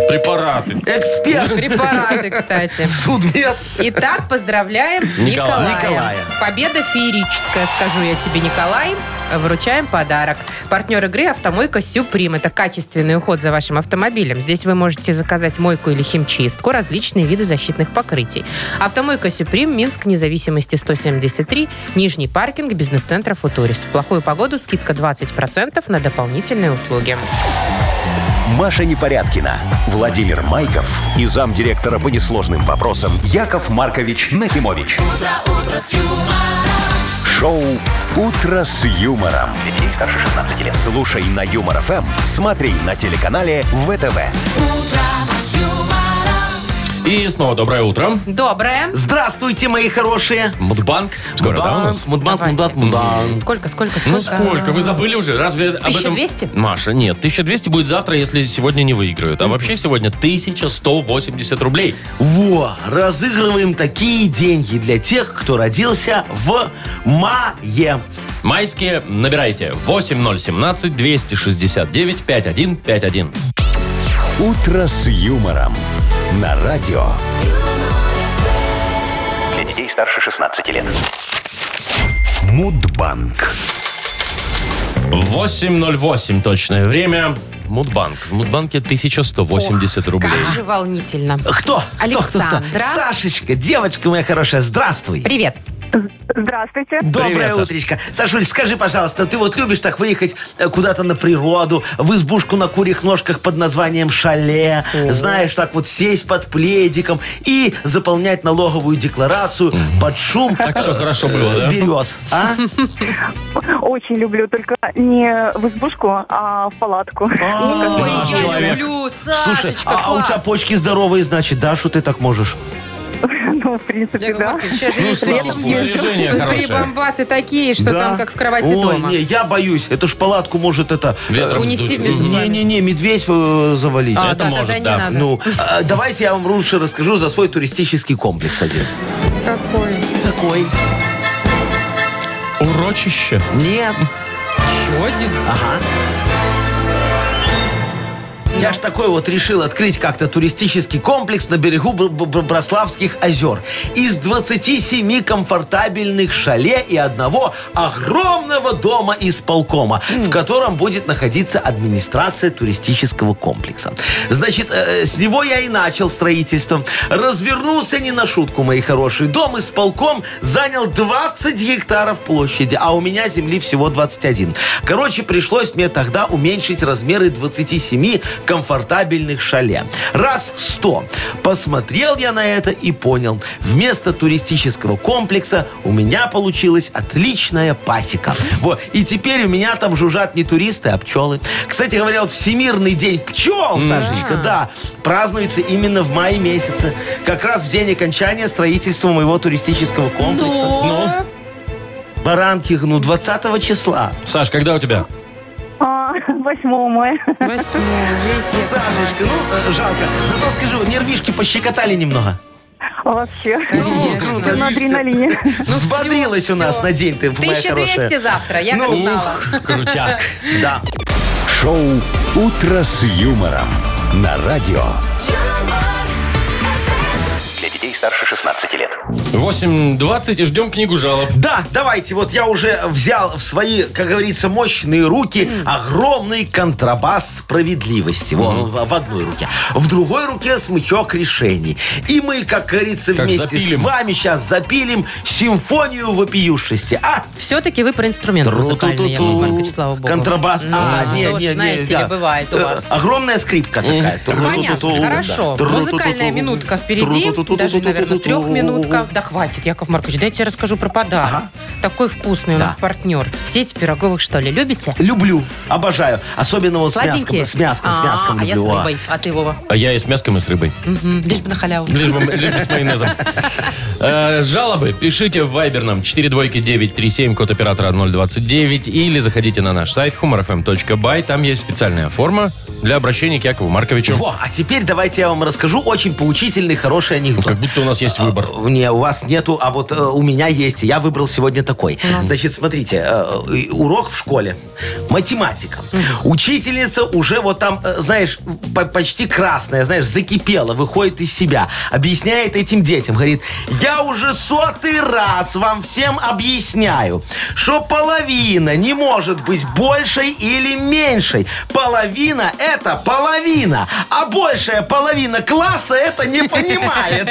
Speaker 2: Препараты.
Speaker 4: эксперт.
Speaker 3: Препараты, кстати.
Speaker 4: Суд, мед.
Speaker 3: Итак, поздравляем
Speaker 2: Николая.
Speaker 3: Николая.
Speaker 4: Николая.
Speaker 3: Победа феерическая, скажу я тебе, Николай. Вручаем подарок. Партнер игры «Автомойка Сюприм». Это качественный уход за вашим автомобилем. Здесь вы можете заказать мойку или химчистку, различные виды защитных покрытий. «Автомойка Сюприм», Минск, независимости 173, Нижний паркинг, бизнес-центр «Футурис». В плохую погоду скидка 20% на дополнительные услуги.
Speaker 1: Маша Непорядкина, Владимир Майков и замдиректора по несложным вопросам Яков Маркович Нахимович. Шоу Утро с юмором. Детей старше 16 лет. Слушай на юмор ФМ, смотри на телеканале ВТВ.
Speaker 2: И снова доброе утро.
Speaker 3: Доброе.
Speaker 4: Здравствуйте, мои хорошие.
Speaker 2: Мудбанк. Скоро, да, у нас?
Speaker 4: Мудбанк, мудбанк, мудбанк.
Speaker 3: Сколько, сколько, сколько?
Speaker 2: Ну сколько? Вы забыли уже? Разве об этом...
Speaker 3: 1200?
Speaker 2: Маша, нет. 1200 будет завтра, если сегодня не выиграют. А вообще сегодня 1180 рублей.
Speaker 4: Во, разыгрываем такие деньги для тех, кто родился в мае.
Speaker 2: Майские набирайте 8017-269-5151.
Speaker 1: Утро с юмором. На радио.
Speaker 5: Для детей старше 16 лет.
Speaker 1: Мудбанк.
Speaker 2: 8.08 точное время. Мудбанк. В Мудбанке 1180 рублей.
Speaker 3: Как же волнительно.
Speaker 4: Кто? Кто, кто, кто?
Speaker 3: Александра.
Speaker 4: Сашечка, девочка моя хорошая, здравствуй.
Speaker 3: Привет.
Speaker 6: Здравствуйте.
Speaker 4: Доброе
Speaker 2: Привет, Саш.
Speaker 4: утречко. Сашуль, скажи, пожалуйста, ты вот любишь так выехать э, куда-то на природу, в избушку на курьих ножках под названием шале, знаешь, так вот сесть под пледиком и заполнять налоговую декларацию под шум
Speaker 2: Так все хорошо было, да?
Speaker 4: берез, а?
Speaker 7: Очень люблю, только не в избушку, а в палатку.
Speaker 3: Ой,
Speaker 2: Наш
Speaker 3: я
Speaker 2: человек.
Speaker 3: люблю,
Speaker 4: Слушай,
Speaker 3: Сашечка,
Speaker 4: а, а у
Speaker 3: класс.
Speaker 4: тебя почки здоровые, значит, да, что ты так можешь?
Speaker 7: Ну, в принципе,
Speaker 3: Яков
Speaker 7: да.
Speaker 3: Маркович, сейчас же есть
Speaker 2: слава
Speaker 3: такие
Speaker 2: богу. Снаряжение хорошее.
Speaker 3: прибамбасы такие, что
Speaker 4: Да.
Speaker 3: там как в кровати
Speaker 4: Ой,
Speaker 3: дома.
Speaker 4: не, я боюсь, это ж палатку может это... э,
Speaker 2: Ветром
Speaker 3: Унести
Speaker 2: сдуть.
Speaker 3: вместе с
Speaker 2: Мгм.
Speaker 3: вами.
Speaker 4: Не-не-не, медведь э, завалить.
Speaker 2: это
Speaker 3: да,
Speaker 2: может,
Speaker 3: да, да, не
Speaker 2: А, да.
Speaker 3: надо.
Speaker 4: Ну, а, давайте я вам лучше расскажу за свой туристический комплекс один.
Speaker 3: Какой?
Speaker 4: Такой.
Speaker 2: Урочище.
Speaker 4: Нет.
Speaker 3: Еще один?
Speaker 4: Ага. Я ж такой вот решил открыть как-то туристический комплекс на берегу Бр- Бр- Бр- Брославских озер. Из 27 комфортабельных шале и одного огромного дома из полкома, в котором будет находиться администрация туристического комплекса. Значит, э, с него я и начал строительство. Развернулся не на шутку, мои хорошие. Дом из полком занял 20 гектаров площади, а у меня земли всего 21. Короче, пришлось мне тогда уменьшить размеры 27 комфортабельных шале. Раз в 100. Посмотрел я на это и понял. Вместо туристического комплекса у меня получилась отличная пасека. Вот. И теперь у меня там жужжат не туристы, а пчелы. Кстати говоря, вот Всемирный день пчел, Сашечка, да, празднуется именно в мае месяце. Как раз в день окончания строительства моего туристического комплекса.
Speaker 2: Ну,
Speaker 4: Баранки гну 20 числа.
Speaker 2: Саш, когда у тебя?
Speaker 7: А, 8 мая.
Speaker 3: Восьмое, видите, Яков
Speaker 4: Сашечка, ну, э, жалко. Зато скажу, нервишки пощекотали немного.
Speaker 7: Вообще. Ну,
Speaker 3: Маркович.
Speaker 4: круто.
Speaker 3: Конечно.
Speaker 7: На адреналине.
Speaker 3: Ну,
Speaker 4: Взбодрилась
Speaker 3: всё,
Speaker 4: у нас
Speaker 3: всё.
Speaker 4: на день ты, моя
Speaker 3: 1200
Speaker 4: хорошая.
Speaker 3: завтра, я как
Speaker 4: Ну,
Speaker 3: знала.
Speaker 2: Ух, крутяк.
Speaker 4: Да.
Speaker 1: Шоу «Утро с юмором» на радио.
Speaker 8: юмор,
Speaker 5: Для детей старше 16 лет.
Speaker 2: 8.20 и ждем книгу жалоб.
Speaker 4: Да, давайте, вот я уже взял в свои, как говорится, мощные руки огромный контрабас справедливости. Вон, в, в одной руке. В другой руке смычок решений. И мы, как говорится,
Speaker 2: Как
Speaker 4: вместе
Speaker 2: запилим.
Speaker 4: с вами сейчас запилим симфонию вопиюшести. А,
Speaker 3: Все-таки вы про инструмент музыкальный,
Speaker 4: Тру-ту-ту-ту.
Speaker 3: Яков Маркович, слава богу.
Speaker 4: Контрабас.
Speaker 3: Да,
Speaker 4: А, не,
Speaker 3: тоже,
Speaker 4: не, не,
Speaker 3: знаете
Speaker 4: да.
Speaker 3: ли, бывает у
Speaker 4: Э,
Speaker 3: вас. Э, ну,
Speaker 4: Огромная скрипка такая.
Speaker 3: Понятно,
Speaker 4: Тру-ту-ту-ту.
Speaker 3: хорошо.
Speaker 4: Да.
Speaker 3: Музыкальная
Speaker 4: Тру-ту-ту-ту.
Speaker 3: минутка впереди,
Speaker 4: Тру-ту-ту-ту-ту-ту-ту-ту-ту.
Speaker 3: даже, наверное, трехминутка. Да хватит, Яков Маркович, дайте я расскажу про подарок.
Speaker 4: Ага.
Speaker 3: Такой вкусный у
Speaker 4: Да.
Speaker 3: нас партнер. Сеть пироговых, что ли, любите?
Speaker 4: Люблю, обожаю. Особенно вот с мяском,
Speaker 3: Сладенькие?
Speaker 4: с мяском, с
Speaker 3: А,
Speaker 4: мяском
Speaker 3: А я с
Speaker 4: люблю.
Speaker 3: рыбой, а ты, Вова?
Speaker 2: А я и с мяском, и с рыбой.
Speaker 3: Мгм, Лишь бы на халяву.
Speaker 2: Лишь бы, лишь бы с майонезом. Э, Жалобы пишите в Viber нам 42937, код оператора 029, или заходите на наш сайт humorfm.by. Там есть специальная форма для обращения к Якову Марковичу.
Speaker 4: Во, а теперь давайте я вам расскажу очень поучительный, хороший анекдот.
Speaker 2: Как будто у нас есть выбор.
Speaker 4: А, Не, у вас нету, а вот э, у меня есть. и Я выбрал сегодня такой. Значит, смотрите, э, и урок в школе. Математика. Учительница уже вот там, э, знаешь, по- почти красная, знаешь, закипела, выходит из себя. Объясняет этим детям. Говорит, я уже сотый раз вам всем объясняю, что половина не может быть большей или меньшей. Половина – это половина, а большая половина класса это не понимает.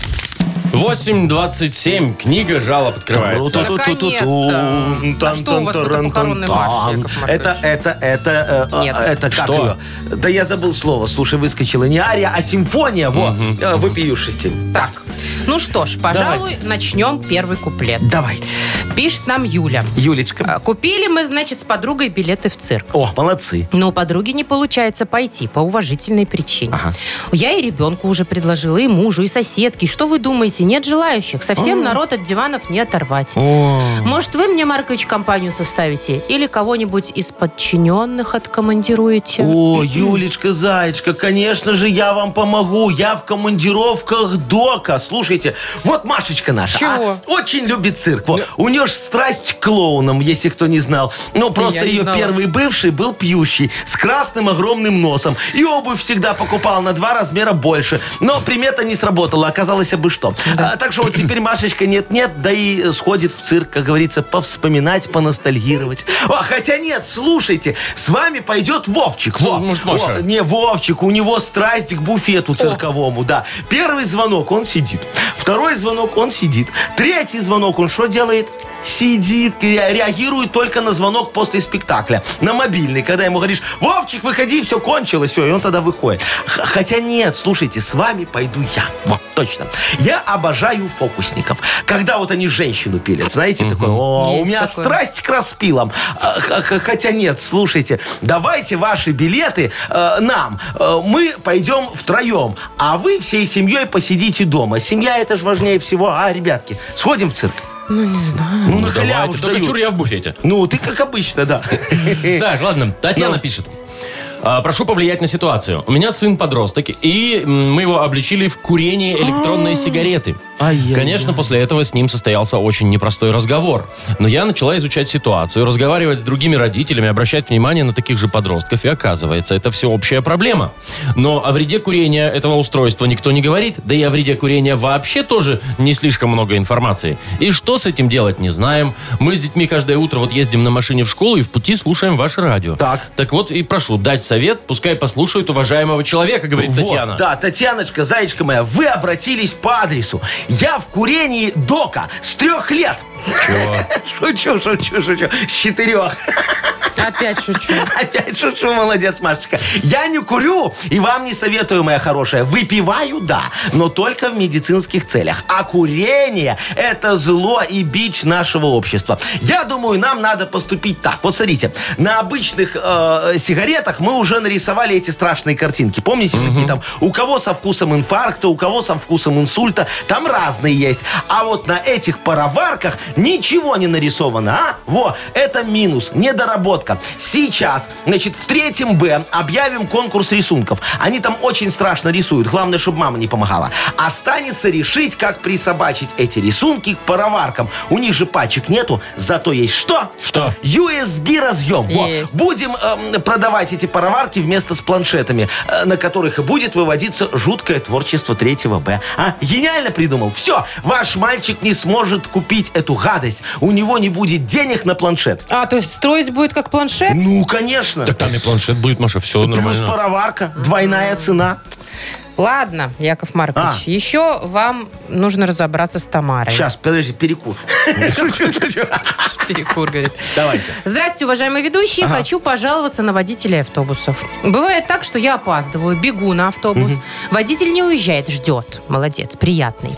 Speaker 2: 8.27. Книга жалоб открывается.
Speaker 3: Круто. Наконец-то. А что у вас на похоронной марше, Яков Маркович?
Speaker 4: Это, это, это, э,
Speaker 3: Нет.
Speaker 4: э, это как
Speaker 2: Что?
Speaker 4: ее? Да я забыл слово. Слушай, выскочила не ария, а симфония. Во, э, вопиюшести. Так,
Speaker 3: Ну что ж, пожалуй, начнем первый куплет.
Speaker 4: давайте.
Speaker 3: Пишет нам Юля.
Speaker 4: Юлечка.
Speaker 3: А, Купили мы, значит, с подругой билеты в цирк.
Speaker 4: О, молодцы.
Speaker 3: Но у подруги не получается пойти по уважительной причине.
Speaker 4: Ага.
Speaker 3: Я и ребенку уже предложила, и мужу, и соседке. Что вы думаете, нет желающих? Совсем народ от диванов не оторвать. Может, вы мне, Маркович, компанию составите? Или кого-нибудь из подчиненных откомандируете?
Speaker 4: О, Юлечка, Заячка, конечно же, я вам помогу. Я в командировках Дока. Слушайте, вот Машечка наша.
Speaker 3: Чего?
Speaker 4: а, очень любит цирк. Во, У нее ж страсть к клоунам, если кто не знал. Ну, просто
Speaker 3: не
Speaker 4: ее
Speaker 3: знала.
Speaker 4: первый бывший был пьющий, с красным огромным носом. И обувь всегда покупал на два размера больше. Но примета не сработала, оказалось бы что. А, так что вот теперь Машечка нет-нет, да и сходит в цирк, как говорится, повспоминать, поностальгировать. О, хотя нет, слушайте, с вами пойдет Вовчик. Во,
Speaker 2: Может, Маша?
Speaker 4: Во, Э, не, Вовчик, у него страсть к буфету цирковому, да. Первый звонок, он сидит. Второй звонок, он сидит. Третий звонок, он что делает? Сидит, ре- реагирует только на звонок после спектакля, на мобильный, когда ему говоришь, Вовчик, выходи, все кончилось, все, и он тогда выходит. Х- Хотя нет, слушайте, с вами пойду я. Вот, точно. Я обожаю фокусников. Когда вот они женщину пилят, знаете, такое, о, у
Speaker 3: Есть
Speaker 4: меня
Speaker 3: такое.
Speaker 4: страсть страсть к распилам. А, х- х- Хотя нет, слушайте, давайте ваши билеты э, нам. Э, Мы пойдем втроем, а вы всей семьей посидите дома. Семья это же важнее всего. А, ребятки, сходим в цирк. Ну, не знаю. Ну,
Speaker 2: Ну,
Speaker 4: на халяву
Speaker 2: давайте.
Speaker 4: ж
Speaker 2: Только
Speaker 4: дают.
Speaker 2: чур я в буфете.
Speaker 4: Ну, ты как обычно, да.
Speaker 2: Так, ладно. Татьяна
Speaker 4: Ну.
Speaker 2: пишет. А, Прошу повлиять на ситуацию. У меня сын подросток, и м, мы его обличили в курении электронной сигареты.
Speaker 4: А. Ай-яй-яй.
Speaker 2: Конечно, после этого с ним состоялся очень непростой разговор. Но я начала изучать ситуацию, разговаривать с другими родителями, обращать внимание на таких же подростков. И оказывается, это все общая проблема. Но о вреде курения этого устройства никто не говорит. Да и о вреде курения вообще тоже не слишком много информации. И что с этим делать, не знаем. Мы с детьми каждое утро вот ездим на машине в школу и в пути слушаем ваше радио.
Speaker 4: Так.
Speaker 2: Так вот и прошу дать совет, пускай послушают уважаемого человека, говорит
Speaker 4: Вот,
Speaker 2: Татьяна.
Speaker 4: да, Татьяночка, зайчка моя, вы обратились по адресу. Я в курении дока с трех лет.
Speaker 2: Чего?
Speaker 4: Шучу, шучу, шучу. С четырех.
Speaker 3: Опять шучу.
Speaker 4: Опять шучу, молодец, Машечка. Я не курю и вам не советую, моя хорошая. Выпиваю, да, но только в медицинских целях. А курение – это зло и бич нашего общества. Я думаю, нам надо поступить так. Вот смотрите, на обычных э, сигаретах мы уже нарисовали эти страшные картинки. Помните, такие там, у кого со вкусом инфаркта, у кого со вкусом инсульта, там разные есть. А вот на этих пароварках ничего не нарисовано, а? Во, это минус, недоработка. Сейчас, значит, в третьем Б объявим конкурс рисунков. Они там очень страшно рисуют, главное, чтобы мама не помогала. Останется решить, как присобачить эти рисунки к пароваркам. У них же пачек нету, зато есть что?
Speaker 2: Что?
Speaker 4: USB-разъем. Во,
Speaker 3: Есть.
Speaker 4: Будем эм, продавать эти пароварки вместо с планшетами, э, на которых и будет выводиться жуткое творчество третьего Б. А? Гениально придумал. Все, ваш мальчик не сможет купить эту гадость. У него не будет денег на планшет.
Speaker 3: А, то есть строить будет как планшет?
Speaker 4: Ну, конечно.
Speaker 2: Так там и планшет будет, Маша, все
Speaker 4: Плюс
Speaker 2: нормально.
Speaker 4: пароварка, двойная цена.
Speaker 3: Ладно, Яков Маркович,
Speaker 4: А.
Speaker 3: еще вам нужно разобраться с Тамарой.
Speaker 4: Сейчас, подожди, перекур. Шучу, шучу.
Speaker 3: Перекур, говорит.
Speaker 4: Давайте.
Speaker 3: Здравствуйте, уважаемые ведущие. Хочу пожаловаться на водителей автобусов. Бывает так, что я опаздываю, бегу на автобус. Водитель не уезжает, ждет. Молодец, приятный.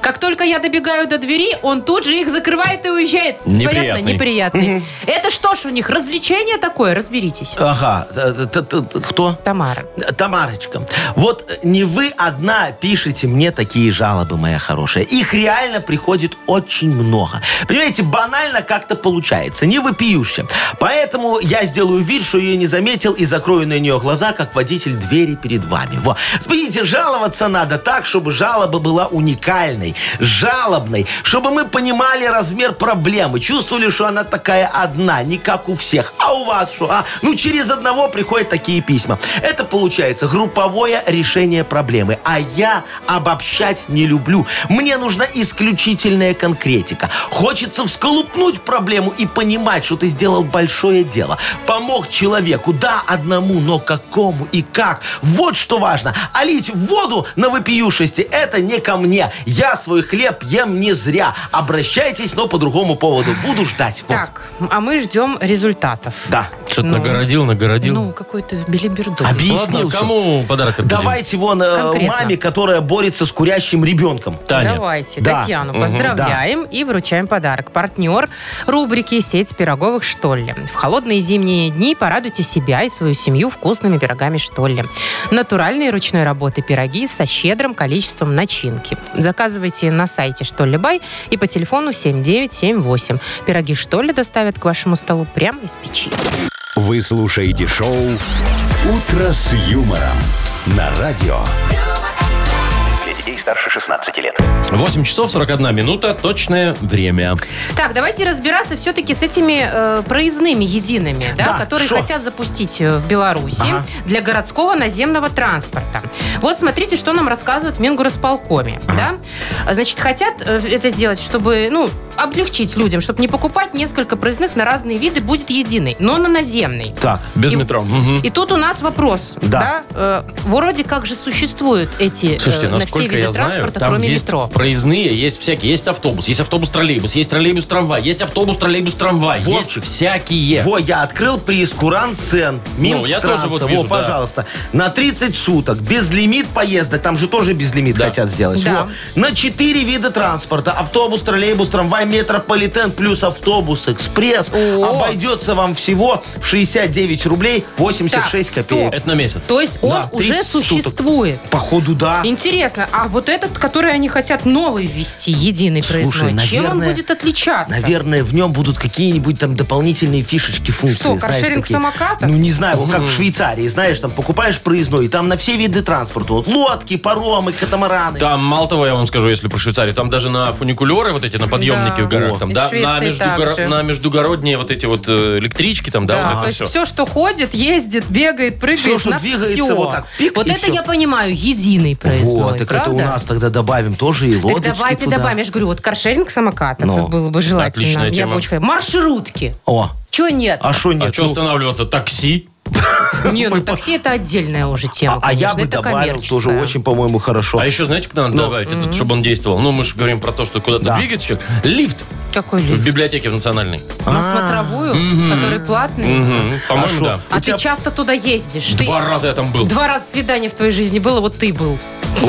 Speaker 3: Как только я добегаю до двери, он тут же их закрывает и уезжает. Понятно?
Speaker 2: Неприятный.
Speaker 3: Неприятный. Это что ж у них, развлечение такое? Разберитесь.
Speaker 4: Ага, т- т- т- кто?
Speaker 3: Тамара.
Speaker 4: Тамарочка, вот не вы одна пишете мне такие жалобы, моя хорошая. Их реально приходит очень много. Понимаете, банально как-то получается, не вопиюще. Поэтому я сделаю вид, что ее не заметил и закрою на нее глаза, как водитель двери перед вами. Во. Смотрите, жаловаться надо так, чтобы жалоба была уникальной, жалобной, чтобы мы понимали размер проблемы, чувствовали, что она такая одна, не как у всех. А у вас что? А? Ну, через одного приходят такие письма. Это получается групповое решение проблемы. А я обобщать не люблю. Мне нужна исключительная конкретика. Хочется всколупнуть проблему и понимать, что ты сделал большое дело. Помог человеку, да, одному, но какому и как. Вот что важно. А лить воду на вопиюшести – это не ко мне. Я свой хлеб ем не зря. Обращайтесь, но по другому поводу. Буду ждать. Вот.
Speaker 3: Так, а мы ждем результатов.
Speaker 4: Да.
Speaker 2: Что-то
Speaker 3: Ну.
Speaker 2: нагородил, нагородил.
Speaker 3: Ну, какой-то белиберду.
Speaker 4: Объяснил.
Speaker 2: Ладно, кому подарок отдадим?
Speaker 4: Давайте вон э,
Speaker 3: Конкретно.
Speaker 4: маме, которая борется с курящим ребенком.
Speaker 2: Таня.
Speaker 3: Давайте,
Speaker 4: Да.
Speaker 3: Татьяну
Speaker 4: Мгм,
Speaker 3: поздравляем и вручаем подарок. Партнер рубрики «Сеть пироговых что ли». В холодные зимние дни порадуйте себя и свою семью вкусными пирогами что ли. Натуральные ручной работы пироги со щедрым количеством начинки. Заказывайте на сайте что ли бай и по телефону 7978. Пироги что ли доставят к вашему столу прямо из печи.
Speaker 1: Вы слушаете шоу «Утро с юмором» на радио.
Speaker 5: Для детей старше 16 лет.
Speaker 2: 8 часов 41 минута, точное время.
Speaker 3: Так, давайте разбираться все-таки с этими э, проездными едиными, да,
Speaker 4: Да,
Speaker 3: которые
Speaker 4: шо?
Speaker 3: хотят запустить э, в Беларуси
Speaker 4: Ага.
Speaker 3: для городского наземного транспорта. Вот смотрите, что нам рассказывают в Мингорасполкоме. Да? Значит, хотят э, это сделать, чтобы ну, облегчить людям, чтобы не покупать несколько проездных на разные виды, будет единый, но на наземный.
Speaker 4: Так.
Speaker 2: Без
Speaker 3: И- э,
Speaker 2: метро. Мгм.
Speaker 3: И тут у нас вопрос.
Speaker 4: Да.
Speaker 3: да, э, вроде как же существуют эти э,
Speaker 2: Слушайте,
Speaker 3: на все
Speaker 2: насколько
Speaker 3: виды
Speaker 2: я знаю,
Speaker 3: транспорта,
Speaker 2: там
Speaker 3: кроме
Speaker 2: есть
Speaker 3: метро.
Speaker 2: проездные, есть всякие, есть автобус, есть автобус-троллейбус, есть троллейбус-трамвай, есть автобус-троллейбус-трамвай, есть
Speaker 4: Вовчик.
Speaker 2: всякие.
Speaker 4: Во, я открыл приз-куран цен. Минск
Speaker 2: я тоже
Speaker 4: транса.
Speaker 2: вот вижу,
Speaker 4: Во,
Speaker 2: да.
Speaker 4: пожалуйста. На 30 суток. Безлимит поездок. Там же тоже безлимит хотят сделать.
Speaker 3: Да.
Speaker 4: Во. На 4 вида транспорта. Автобус, троллейбус, трамвай, метрополитен плюс автобус, экспресс.
Speaker 3: О.
Speaker 4: Обойдется вам всего в 69 рублей 86
Speaker 3: Так,
Speaker 4: копеек.
Speaker 2: Это на месяц.
Speaker 3: То есть он
Speaker 4: Да,
Speaker 3: уже
Speaker 4: 30 суток.
Speaker 3: существует.
Speaker 4: Походу, да.
Speaker 3: Интересно, а А вот этот, который они хотят новый ввести, единый
Speaker 4: Слушай,
Speaker 3: проездной, чем он
Speaker 4: наверное,
Speaker 3: будет отличаться?
Speaker 4: Наверное, в нем будут какие-нибудь там дополнительные фишечки, функции.
Speaker 3: Что,
Speaker 4: знаешь,
Speaker 3: каршеринг
Speaker 4: такие.
Speaker 3: самокатов?
Speaker 4: Ну, не знаю, вот как в Швейцарии, знаешь, там покупаешь проездной, и там на все виды транспорта. Вот лодки, паромы, катамараны.
Speaker 2: Там, мало того, я вам скажу, если про Швейцарию, там даже на фуникулеры вот эти, на подъемники
Speaker 3: Да.
Speaker 2: в горах, там,
Speaker 3: И в
Speaker 2: да,
Speaker 3: Швеции
Speaker 2: на,
Speaker 3: так же.
Speaker 2: на междугородние вот эти вот э, электрички там, да,
Speaker 3: Да,
Speaker 2: вот это
Speaker 3: то есть
Speaker 2: все.
Speaker 3: все. что ходит, ездит, бегает, прыгает,
Speaker 4: Всё, что
Speaker 3: на
Speaker 4: двигается,
Speaker 3: всё.
Speaker 4: вот так, пик,
Speaker 3: вот
Speaker 4: и
Speaker 3: это
Speaker 4: всё.
Speaker 3: я понимаю, единый проездной,
Speaker 4: вот, так
Speaker 3: правда?
Speaker 4: это у нас тогда добавим тоже и
Speaker 3: Так
Speaker 4: лодочки
Speaker 3: давайте
Speaker 4: туда.
Speaker 3: добавим. Я же говорю, вот каршеринг самокатов
Speaker 4: Ну,
Speaker 3: вот было бы желательно.
Speaker 2: отличная
Speaker 3: Я
Speaker 2: тема.
Speaker 3: бы очень хотела. Маршрутки.
Speaker 4: О,
Speaker 3: Чего нет?
Speaker 4: а что нет?
Speaker 2: А что
Speaker 4: ну,
Speaker 2: останавливаться? Такси?
Speaker 3: не, ну такси это отдельная уже тема,
Speaker 4: а, а я
Speaker 3: конечно,
Speaker 4: бы
Speaker 3: это
Speaker 4: добавил
Speaker 3: коммерческая.
Speaker 4: тоже очень, по-моему, хорошо.
Speaker 2: А еще знаете, куда надо добавить, этот, чтобы он действовал? Ну, мы же говорим про то, что куда-то
Speaker 4: Ну, Да.
Speaker 2: двигается человек. Лифт
Speaker 3: Какой
Speaker 2: в
Speaker 3: лифт?
Speaker 2: библиотеке в национальной.
Speaker 4: А.
Speaker 3: На смотровую, который платный.
Speaker 2: Мгм, По-моему,
Speaker 4: Хорошо.
Speaker 2: да.
Speaker 3: А ты часто туда ездишь? Ты-
Speaker 2: Два раза я там был.
Speaker 3: Два раза свидание в твоей жизни было, вот ты был.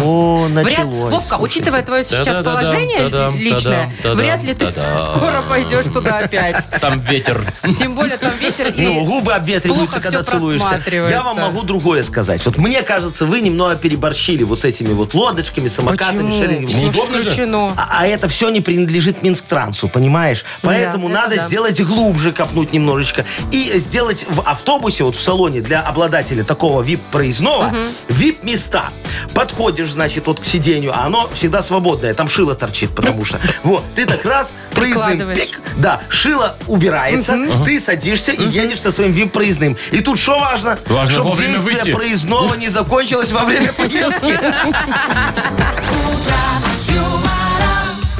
Speaker 4: О, началось.
Speaker 3: Вряд... Вовка,
Speaker 4: А слушайте.
Speaker 3: учитывая твое сейчас
Speaker 2: Да-да-да-дам,
Speaker 3: положение
Speaker 2: да-дам,
Speaker 3: личное,
Speaker 2: да-дам,
Speaker 3: вряд ли ты
Speaker 2: да-дам.
Speaker 3: скоро пойдешь туда опять.
Speaker 2: Там ветер.
Speaker 3: Тем более там ветер и...
Speaker 4: Ну, губы обветриваются,
Speaker 3: э, плохо
Speaker 4: когда
Speaker 3: всё
Speaker 4: целуешься.
Speaker 3: просматривается.
Speaker 4: Я вам могу другое сказать. Вот мне кажется, вы немного переборщили вот с этими вот лодочками, самокатами,
Speaker 3: Почему?
Speaker 4: шерингами.
Speaker 3: Всё
Speaker 2: Неудобно же?
Speaker 3: включено.
Speaker 4: А, а это все не принадлежит Минск-Трансу, понимаешь? Поэтому
Speaker 3: это
Speaker 4: надо
Speaker 3: да.
Speaker 4: сделать глубже, копнуть немножечко. И сделать в автобусе, вот в салоне для обладателя такого вип-проездного, вип-места. Подходишь, значит, вот к сиденью, а оно всегда свободное. Там шило торчит, потому что. Вот, ты так раз, проездным,
Speaker 3: Прикладываешь.
Speaker 4: пик, да, шило убирается, ты садишься и едешь со своим вип-проездным. И тут что важно?
Speaker 2: Важно
Speaker 4: Чтоб
Speaker 2: вовремя
Speaker 4: действие
Speaker 2: выйти.
Speaker 4: проездного не закончилось во время поездки.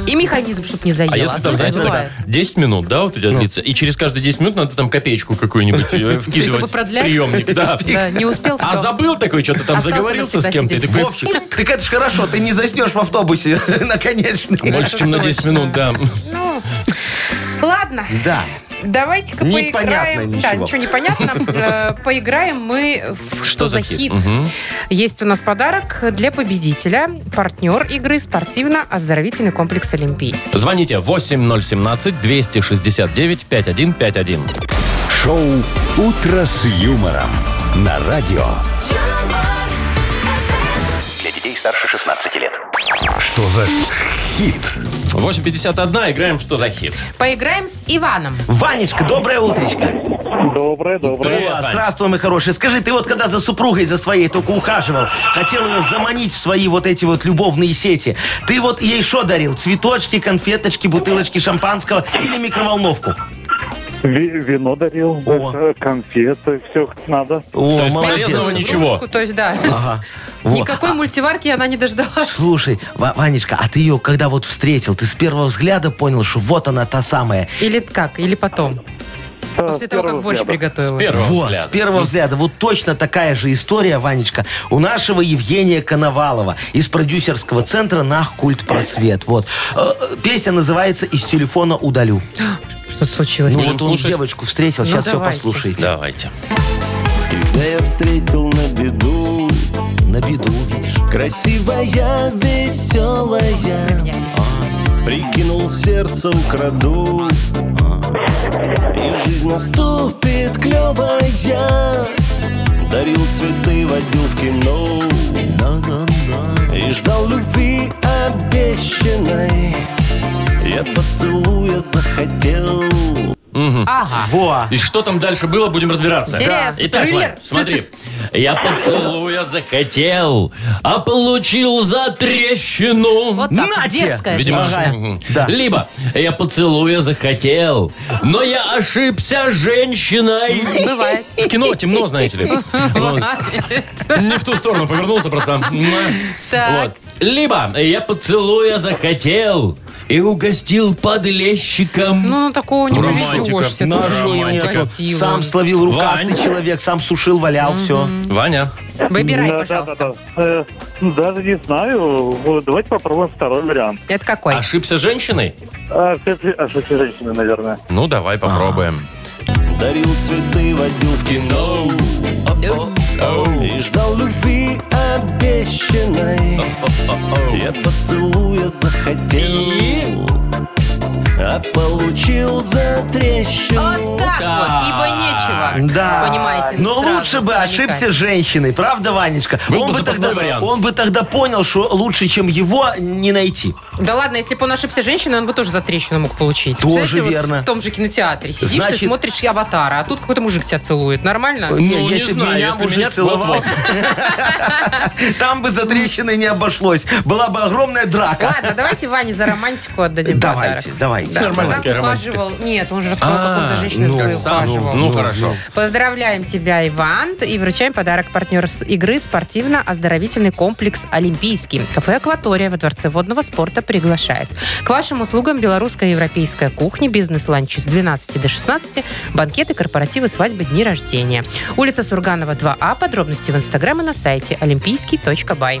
Speaker 3: И механизм, чтобы не заело.
Speaker 2: А если там,
Speaker 3: Особенно
Speaker 2: знаете, так,
Speaker 3: ну, бывает.
Speaker 2: 10 минут, да, вот у тебя
Speaker 4: Ну.
Speaker 2: длится, и через каждые 10 минут надо там копеечку какую-нибудь э, вкидывать.
Speaker 3: Чтобы продлять?
Speaker 2: Приемник, да.
Speaker 3: Да, не успел,
Speaker 2: А
Speaker 3: всё.
Speaker 2: забыл такой, что-то там
Speaker 3: Остался
Speaker 2: заговорился с
Speaker 3: навсегда
Speaker 2: кем-то. и
Speaker 3: сидеть.
Speaker 2: такой,
Speaker 4: Вовчик, так это ж хорошо, ты не заснешь в автобусе, наконец-то.
Speaker 2: Больше, чем на 10 минут, да.
Speaker 3: Ну, Ладно,
Speaker 4: Да.
Speaker 3: давайте-ка
Speaker 4: Непонятно
Speaker 3: поиграем. Да,
Speaker 4: ничего.
Speaker 3: ничего не понятно. Э, Поиграем мы в «Что за хит?». Есть у нас подарок для победителя. Партнер игры спортивно-оздоровительный комплекс «Олимпийский».
Speaker 2: Звоните 8017-269-5151.
Speaker 1: Шоу «Утро с юмором» на радио.
Speaker 8: юмор,
Speaker 5: Для детей старше 16 лет.
Speaker 1: Что за хит?
Speaker 2: 8.51, играем «Что за хит?».
Speaker 3: Поиграем с Иваном.
Speaker 4: Ванечка, доброе утречко.
Speaker 6: Доброе, доброе.
Speaker 2: Привет, Вань.
Speaker 4: Здравствуй, мой хороший. Скажи, ты вот когда за супругой за своей только ухаживал, хотел ее заманить в свои вот эти вот любовные сети, ты вот ей что дарил? Цветочки, конфеточки, бутылочки шампанского или микроволновку?
Speaker 6: Ви- вино дарил,
Speaker 4: О.
Speaker 6: конфеты, все как надо.
Speaker 4: О,
Speaker 2: То есть
Speaker 4: молодец.
Speaker 2: полезного ничего.
Speaker 3: Кружку, то есть, да.
Speaker 4: Ага. Вот.
Speaker 3: Никакой мультиварки она не дождалась.
Speaker 4: Слушай, Ва- Ванечка, а ты ее когда вот встретил, ты с первого взгляда понял, что вот она та самая,
Speaker 3: Или как? Или потом? После того, как борщ
Speaker 2: С
Speaker 3: приготовила.
Speaker 2: первого
Speaker 4: Вот,
Speaker 2: взгляда.
Speaker 4: с первого взгляда. Вот точно такая же история, Ванечка, у нашего Евгения Коновалова из продюсерского центра «Нах Культ Просвет». Вот. Э, э, Песня называется «Из телефона удалю».
Speaker 3: Что случилось?
Speaker 4: Ну
Speaker 2: Будем
Speaker 4: вот
Speaker 2: слушать?
Speaker 4: он девочку встретил,
Speaker 3: Ну,
Speaker 4: сейчас все
Speaker 3: давайте.
Speaker 4: послушайте.
Speaker 2: Давайте.
Speaker 9: Тебя я встретил на беду
Speaker 4: На беду, видишь.
Speaker 9: Красивая, веселая Прикинул сердцем краду И жизнь наступит клевая Дарил цветы, водил в кино И ждал любви обещанной Я поцелуя захотел
Speaker 3: Ага.
Speaker 4: Во!
Speaker 2: И что там дальше было, будем разбираться.
Speaker 3: Интересно.
Speaker 2: Итак,
Speaker 3: Триллер.
Speaker 2: Вань, смотри. Я поцелуя захотел, а получил за трещину.
Speaker 3: Вот так,
Speaker 4: Нате!
Speaker 3: детская же.
Speaker 2: Видимо,
Speaker 4: Ага.
Speaker 2: мгм.
Speaker 4: Да.
Speaker 2: либо я поцелуя захотел, но я ошибся женщиной.
Speaker 3: Бывает.
Speaker 2: В кино темно, знаете ли. Вот. Не в ту сторону повернулся просто.
Speaker 3: Так.
Speaker 2: Вот. Либо я поцелуя захотел и угостил подлещиком.
Speaker 3: Ну, ну, такого не
Speaker 2: Романтика.
Speaker 3: уведешься.
Speaker 2: Ну,
Speaker 3: тоже не
Speaker 2: романтика.
Speaker 3: угостила.
Speaker 4: Сам словил рукастый
Speaker 2: Вань.
Speaker 4: человек, сам сушил, валял, все.
Speaker 2: Ваня.
Speaker 3: Выбирай, пожалуйста.
Speaker 6: Э, Даже не знаю. Вот, Давайте попробуем второй вариант.
Speaker 3: Это какой?
Speaker 2: Ошибся женщиной?
Speaker 6: А, все-таки ошибся женщины, наверное.
Speaker 2: Ну, давай попробуем.
Speaker 9: А. Дарил цветы, водил в кино И ждал любви обещанной Я поцелуя захотел а получил за трещину.
Speaker 3: Вот так
Speaker 2: Так.
Speaker 3: вот, ибо нечего.
Speaker 4: Да.
Speaker 3: Понимаете, ну,
Speaker 4: Но
Speaker 3: сразу
Speaker 4: лучше бы
Speaker 3: намекать.
Speaker 4: ошибся женщиной, правда, Ванечка?
Speaker 2: Был бы запасной
Speaker 4: тогда,
Speaker 2: вариант.
Speaker 4: он бы тогда понял, что лучше, чем его, не найти.
Speaker 3: Да ладно, если бы он ошибся женщиной, он бы тоже за трещину мог получить.
Speaker 4: Тоже
Speaker 3: Представляете, вот
Speaker 4: верно.
Speaker 3: в том же кинотеатре сидишь,
Speaker 4: Значит-
Speaker 3: ты смотришь аватара, а тут какой-то мужик тебя целует. Нормально?
Speaker 2: Ну, не
Speaker 4: б
Speaker 2: знаю, если
Speaker 4: мужик
Speaker 2: меня-
Speaker 4: целовал,
Speaker 2: вот-вот.
Speaker 4: там бы за трещиной не обошлось. Была бы огромная драка.
Speaker 3: Ладно, давайте Ване за романтику отдадим
Speaker 4: Давайте,
Speaker 3: подарок.
Speaker 4: давайте.
Speaker 3: Да,
Speaker 2: Нормальная
Speaker 3: он
Speaker 2: такая
Speaker 3: так ухаживал. Нет, он же рассказал, А, как он за женщиной
Speaker 4: ну,
Speaker 3: своей
Speaker 4: как
Speaker 2: сам, А, ну,
Speaker 3: ухаживал.
Speaker 2: ну, хорошо.
Speaker 3: Поздравляем тебя, Иван, и вручаем подарок партнер с игры спортивно-оздоровительный комплекс «Олимпийский». Кафе «Акватория» во Дворце водного спорта приглашает. К вашим услугам белорусская и европейская кухня, бизнес-ланчи с 12 до 16, банкеты, корпоративы, свадьбы, дни рождения. Улица Сурганова, 2А. Подробности в Инстаграм и на сайте олимпийский.бай.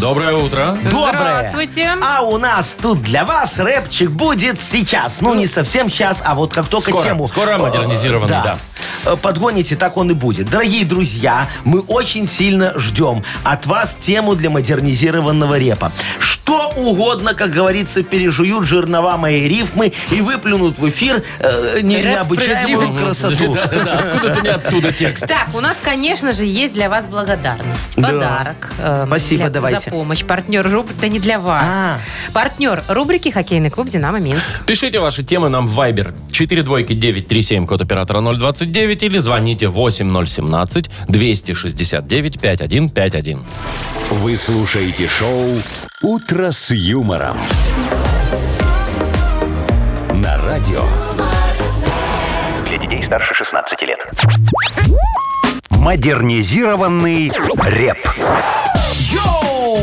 Speaker 2: Доброе утро.
Speaker 4: Доброе.
Speaker 3: Здравствуйте.
Speaker 4: А у нас тут для вас рэпчик будет сейчас. Ну, не совсем сейчас, а вот как только
Speaker 2: Скоро,
Speaker 4: тему...
Speaker 2: скоро
Speaker 4: э,
Speaker 2: модернизированный,
Speaker 4: э, Подгоните, так он и будет. Дорогие друзья, мы очень сильно ждем от вас тему для модернизированного репа. Что угодно, как говорится, пережуют жернова мои рифмы и выплюнут в эфир э, не-
Speaker 3: Рэп
Speaker 4: необычайную
Speaker 3: справедливости.
Speaker 4: красоту.
Speaker 2: Да-да-да, откуда ты не оттуда текст?
Speaker 3: Так, у нас, конечно же, есть для вас благодарность.
Speaker 4: Да.
Speaker 3: Подарок. эм,
Speaker 4: Спасибо,
Speaker 3: для-
Speaker 4: давайте.
Speaker 3: За помощь. Партнер рубрики... Да не для вас.
Speaker 4: А.
Speaker 3: Партнер рубрики «Хоккейный клуб «Динамо Минск».
Speaker 2: Пишите ваши темы нам в Viber 42937, код оператора 029, или звоните 8017-269-5151.
Speaker 1: Вы слушаете шоу «Утро с юмором». На радио
Speaker 5: Для детей старше 16 лет.
Speaker 1: «Модернизированный реп».
Speaker 4: Йоу!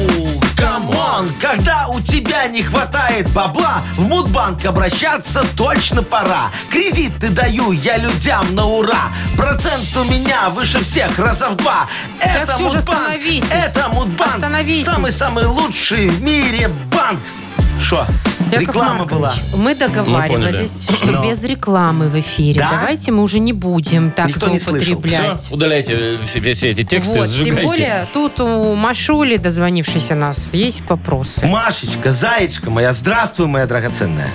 Speaker 4: Камон! Когда у тебя не хватает бабла, в Мудбанк обращаться точно пора. Кредиты даю я людям на ура. Процент у меня выше всех раза в два.
Speaker 3: Да всё же остановитесь.
Speaker 4: это Мудбанк,
Speaker 3: Остановитесь.
Speaker 4: самый-самый лучший в мире банк. Что?
Speaker 3: Яков
Speaker 4: Реклама
Speaker 3: Маркович,
Speaker 4: была.
Speaker 3: Мы договаривались, что
Speaker 4: Но.
Speaker 3: без рекламы в эфире.
Speaker 4: Да?
Speaker 3: Давайте мы уже не будем так
Speaker 4: Никто не слышал.
Speaker 2: Все,
Speaker 3: злоупотреблять.
Speaker 2: удаляйте э, все, все эти тексты,
Speaker 3: Вот, тем
Speaker 2: сжигайте.
Speaker 3: более, тут у Машули, дозвонившейся нас, есть вопросы.
Speaker 4: Машечка, заячка моя, здравствуй, моя драгоценная.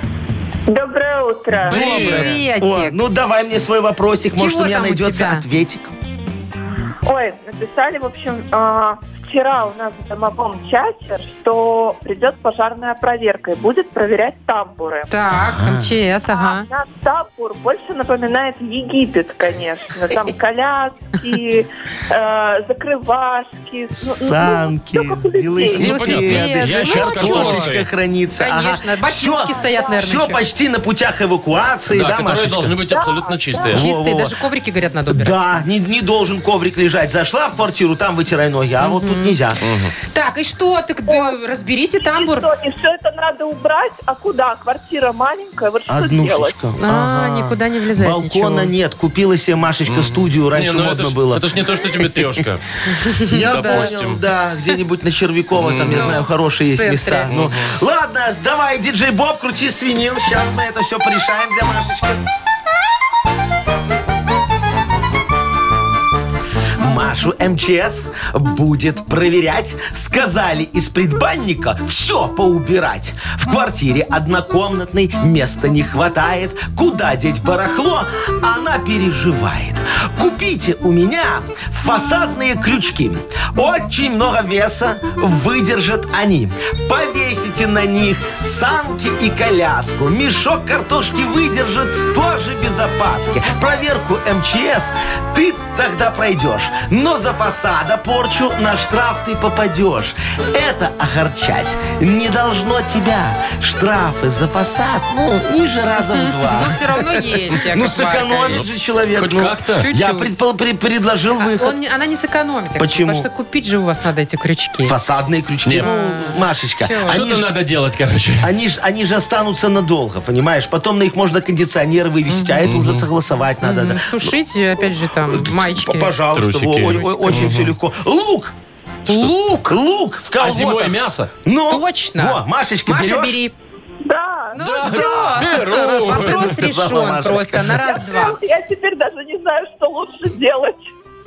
Speaker 7: Доброе утро.
Speaker 3: Приветик.
Speaker 4: О, ну давай мне свой вопросик, может
Speaker 3: Чего
Speaker 4: у меня
Speaker 3: там у
Speaker 4: найдется
Speaker 3: тебя?
Speaker 4: ответик.
Speaker 7: Ой, написали, в общем, а, вчера у нас в домовом чате, что придет пожарная проверка и будет проверять тамбуры.
Speaker 3: Так, МЧС,
Speaker 7: А,
Speaker 3: ага.
Speaker 7: Наш тамбур больше напоминает Египет, конечно. Там коляски, э, закрывашки. ну, ну,
Speaker 4: Санки,
Speaker 7: всё как у людей.
Speaker 4: велосипеды,
Speaker 3: Велосипеды,
Speaker 2: ящик
Speaker 4: сейчас
Speaker 2: с картошкой.
Speaker 4: картошечка хранится.
Speaker 3: Конечно, ботиночки стоят, наверное,
Speaker 4: Все
Speaker 3: еще.
Speaker 4: почти на путях эвакуации,
Speaker 2: Да,
Speaker 4: да,
Speaker 2: которые
Speaker 4: Машечка?
Speaker 2: должны быть абсолютно чистые.
Speaker 3: Чистые,
Speaker 4: Во-во-во.
Speaker 3: даже коврики, говорят, надо убирать.
Speaker 4: Да, не, не должен коврик лежать. Зашла в квартиру, там вытирай ноги, а вот тут нельзя.
Speaker 3: Так, и что? Так да, разберите тамбур. А,
Speaker 7: Что, и все это надо убрать? А куда? Квартира маленькая, вот что делать? Ну,
Speaker 4: Однушечка.
Speaker 3: А,
Speaker 4: Ага.
Speaker 3: никуда не влезает
Speaker 4: Балкона
Speaker 3: ничего.
Speaker 4: нет. Купила себе Машечка студию,
Speaker 2: Не,
Speaker 4: раньше
Speaker 2: ну это
Speaker 4: модно
Speaker 2: ж,
Speaker 4: было.
Speaker 2: Это ж не то, что тебе трешка.
Speaker 4: Я
Speaker 2: допустим.
Speaker 4: понял, да, где-нибудь на Червякова, там, я знаю, хорошие есть
Speaker 3: в центре.
Speaker 4: места. Ну, Ладно, давай, диджей Боб, крути свинил. Сейчас мы это все порешаем для Машечки. Машу МЧС будет проверять. Сказали из предбанника все поубирать. В квартире однокомнатной места не хватает. Куда деть барахло? Она переживает. Купите у меня фасадные крючки. Очень много веса выдержат они. Повесите на них санки и коляску. Мешок картошки выдержит тоже без опаски. Проверку МЧС ты тогда пройдешь. Но за фасада порчу на штраф ты попадешь. Это огорчать не должно тебя. Штрафы за фасад, ну, ниже раза в
Speaker 3: Но
Speaker 4: два.
Speaker 3: все равно есть, Яков
Speaker 4: Ну,
Speaker 3: Маркович.
Speaker 4: сэкономит же человек.
Speaker 2: Хоть
Speaker 4: ну.
Speaker 2: как-то.
Speaker 4: Я
Speaker 3: Чуть-чуть.
Speaker 4: предпо- пре- предложил
Speaker 3: А
Speaker 4: выход.
Speaker 3: он не- она не сэкономит. Яков,
Speaker 4: Почему?
Speaker 3: Потому что купить же у вас надо эти крючки.
Speaker 4: Фасадные крючки.
Speaker 2: Нет.
Speaker 4: Ну, Машечка,
Speaker 3: Чего?
Speaker 4: они
Speaker 2: Что-то
Speaker 4: ж-
Speaker 2: надо делать, короче.
Speaker 4: Они же они же останутся надолго, понимаешь? Потом на их можно кондиционер вывести, а это уже согласовать надо. да.
Speaker 3: Сушить, э, опять же, там, маечки.
Speaker 4: П- Пожалуйста,
Speaker 2: Трусики.
Speaker 4: во, о- о- очень все легко. Лук! Лук! Лук в
Speaker 2: А
Speaker 4: колготах.
Speaker 2: зимой мясо?
Speaker 4: Ну,
Speaker 3: Точно.
Speaker 4: Во, Машечка,
Speaker 3: Маша,
Speaker 4: берешь?
Speaker 3: бери.
Speaker 7: Да.
Speaker 3: Ну
Speaker 2: Да,
Speaker 3: все.
Speaker 2: беру.
Speaker 3: Вопрос
Speaker 4: Сказала
Speaker 3: решен
Speaker 4: Машечка.
Speaker 3: просто на раз-два.
Speaker 7: Прям Я теперь даже не знаю, что лучше делать.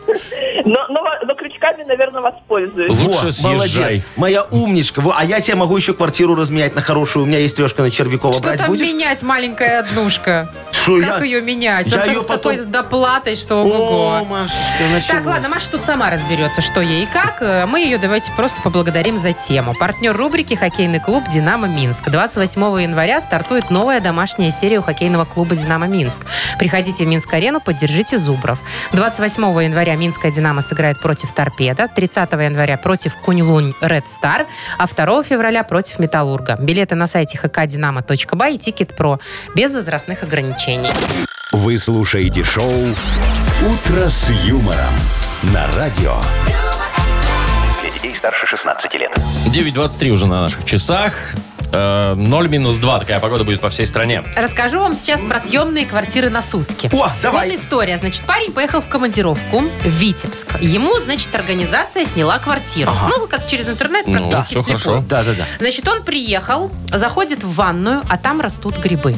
Speaker 7: Но, но, во- но крючками, наверное, воспользуюсь.
Speaker 2: Лучше
Speaker 4: Во,
Speaker 2: съезжай.
Speaker 4: Молодец. Моя умничка. Во, а я тебе могу еще квартиру разменять на хорошую. У меня есть трешка на Червякова.
Speaker 3: Что
Speaker 4: Брать
Speaker 3: там
Speaker 4: будешь?
Speaker 3: менять, маленькая однушка?
Speaker 4: Шо,
Speaker 3: Как
Speaker 4: я-
Speaker 3: ее менять?
Speaker 4: я
Speaker 3: Она
Speaker 4: её
Speaker 3: с такой
Speaker 4: потом-
Speaker 3: доплатой, что
Speaker 4: О,
Speaker 3: ого.
Speaker 4: Машечка,
Speaker 3: Так,
Speaker 4: началось.
Speaker 3: ладно, Маша тут сама разберется, что ей и как. Э, Мы ее давайте просто поблагодарим за тему. Партнер рубрики «Хоккейный клуб «Динамо Минск». 28 января стартует новая домашняя серия у хоккейного клуба «Динамо Минск». Приходите в Минск-арену, поддержите Зубров. 28 января Минская «Динамо» сыграет против «Торпеда», 30 января против «Кунь-Лунь Ред Стар», а 2 февраля против «Металлурга». Билеты на сайте hkdinamo.by и «Тикет.Про» без возрастных ограничений.
Speaker 1: Вы слушаете шоу «Утро с юмором» на радио.
Speaker 5: Для детей старше 16 лет.
Speaker 2: 9.23 уже на наших часах. Э, 0 минус 2. Такая погода будет по всей стране.
Speaker 3: Расскажу вам сейчас про съемные квартиры на сутки.
Speaker 4: О, давай.
Speaker 3: Вот история. Значит, парень поехал в командировку в Витебск. Ему, значит, организация сняла квартиру. Ну, как через интернет,
Speaker 2: Ну,
Speaker 3: практически
Speaker 2: всё
Speaker 3: вслепую.
Speaker 2: хорошо.
Speaker 4: Да, да, да.
Speaker 3: Значит, он приехал, заходит в ванную, а там растут грибы.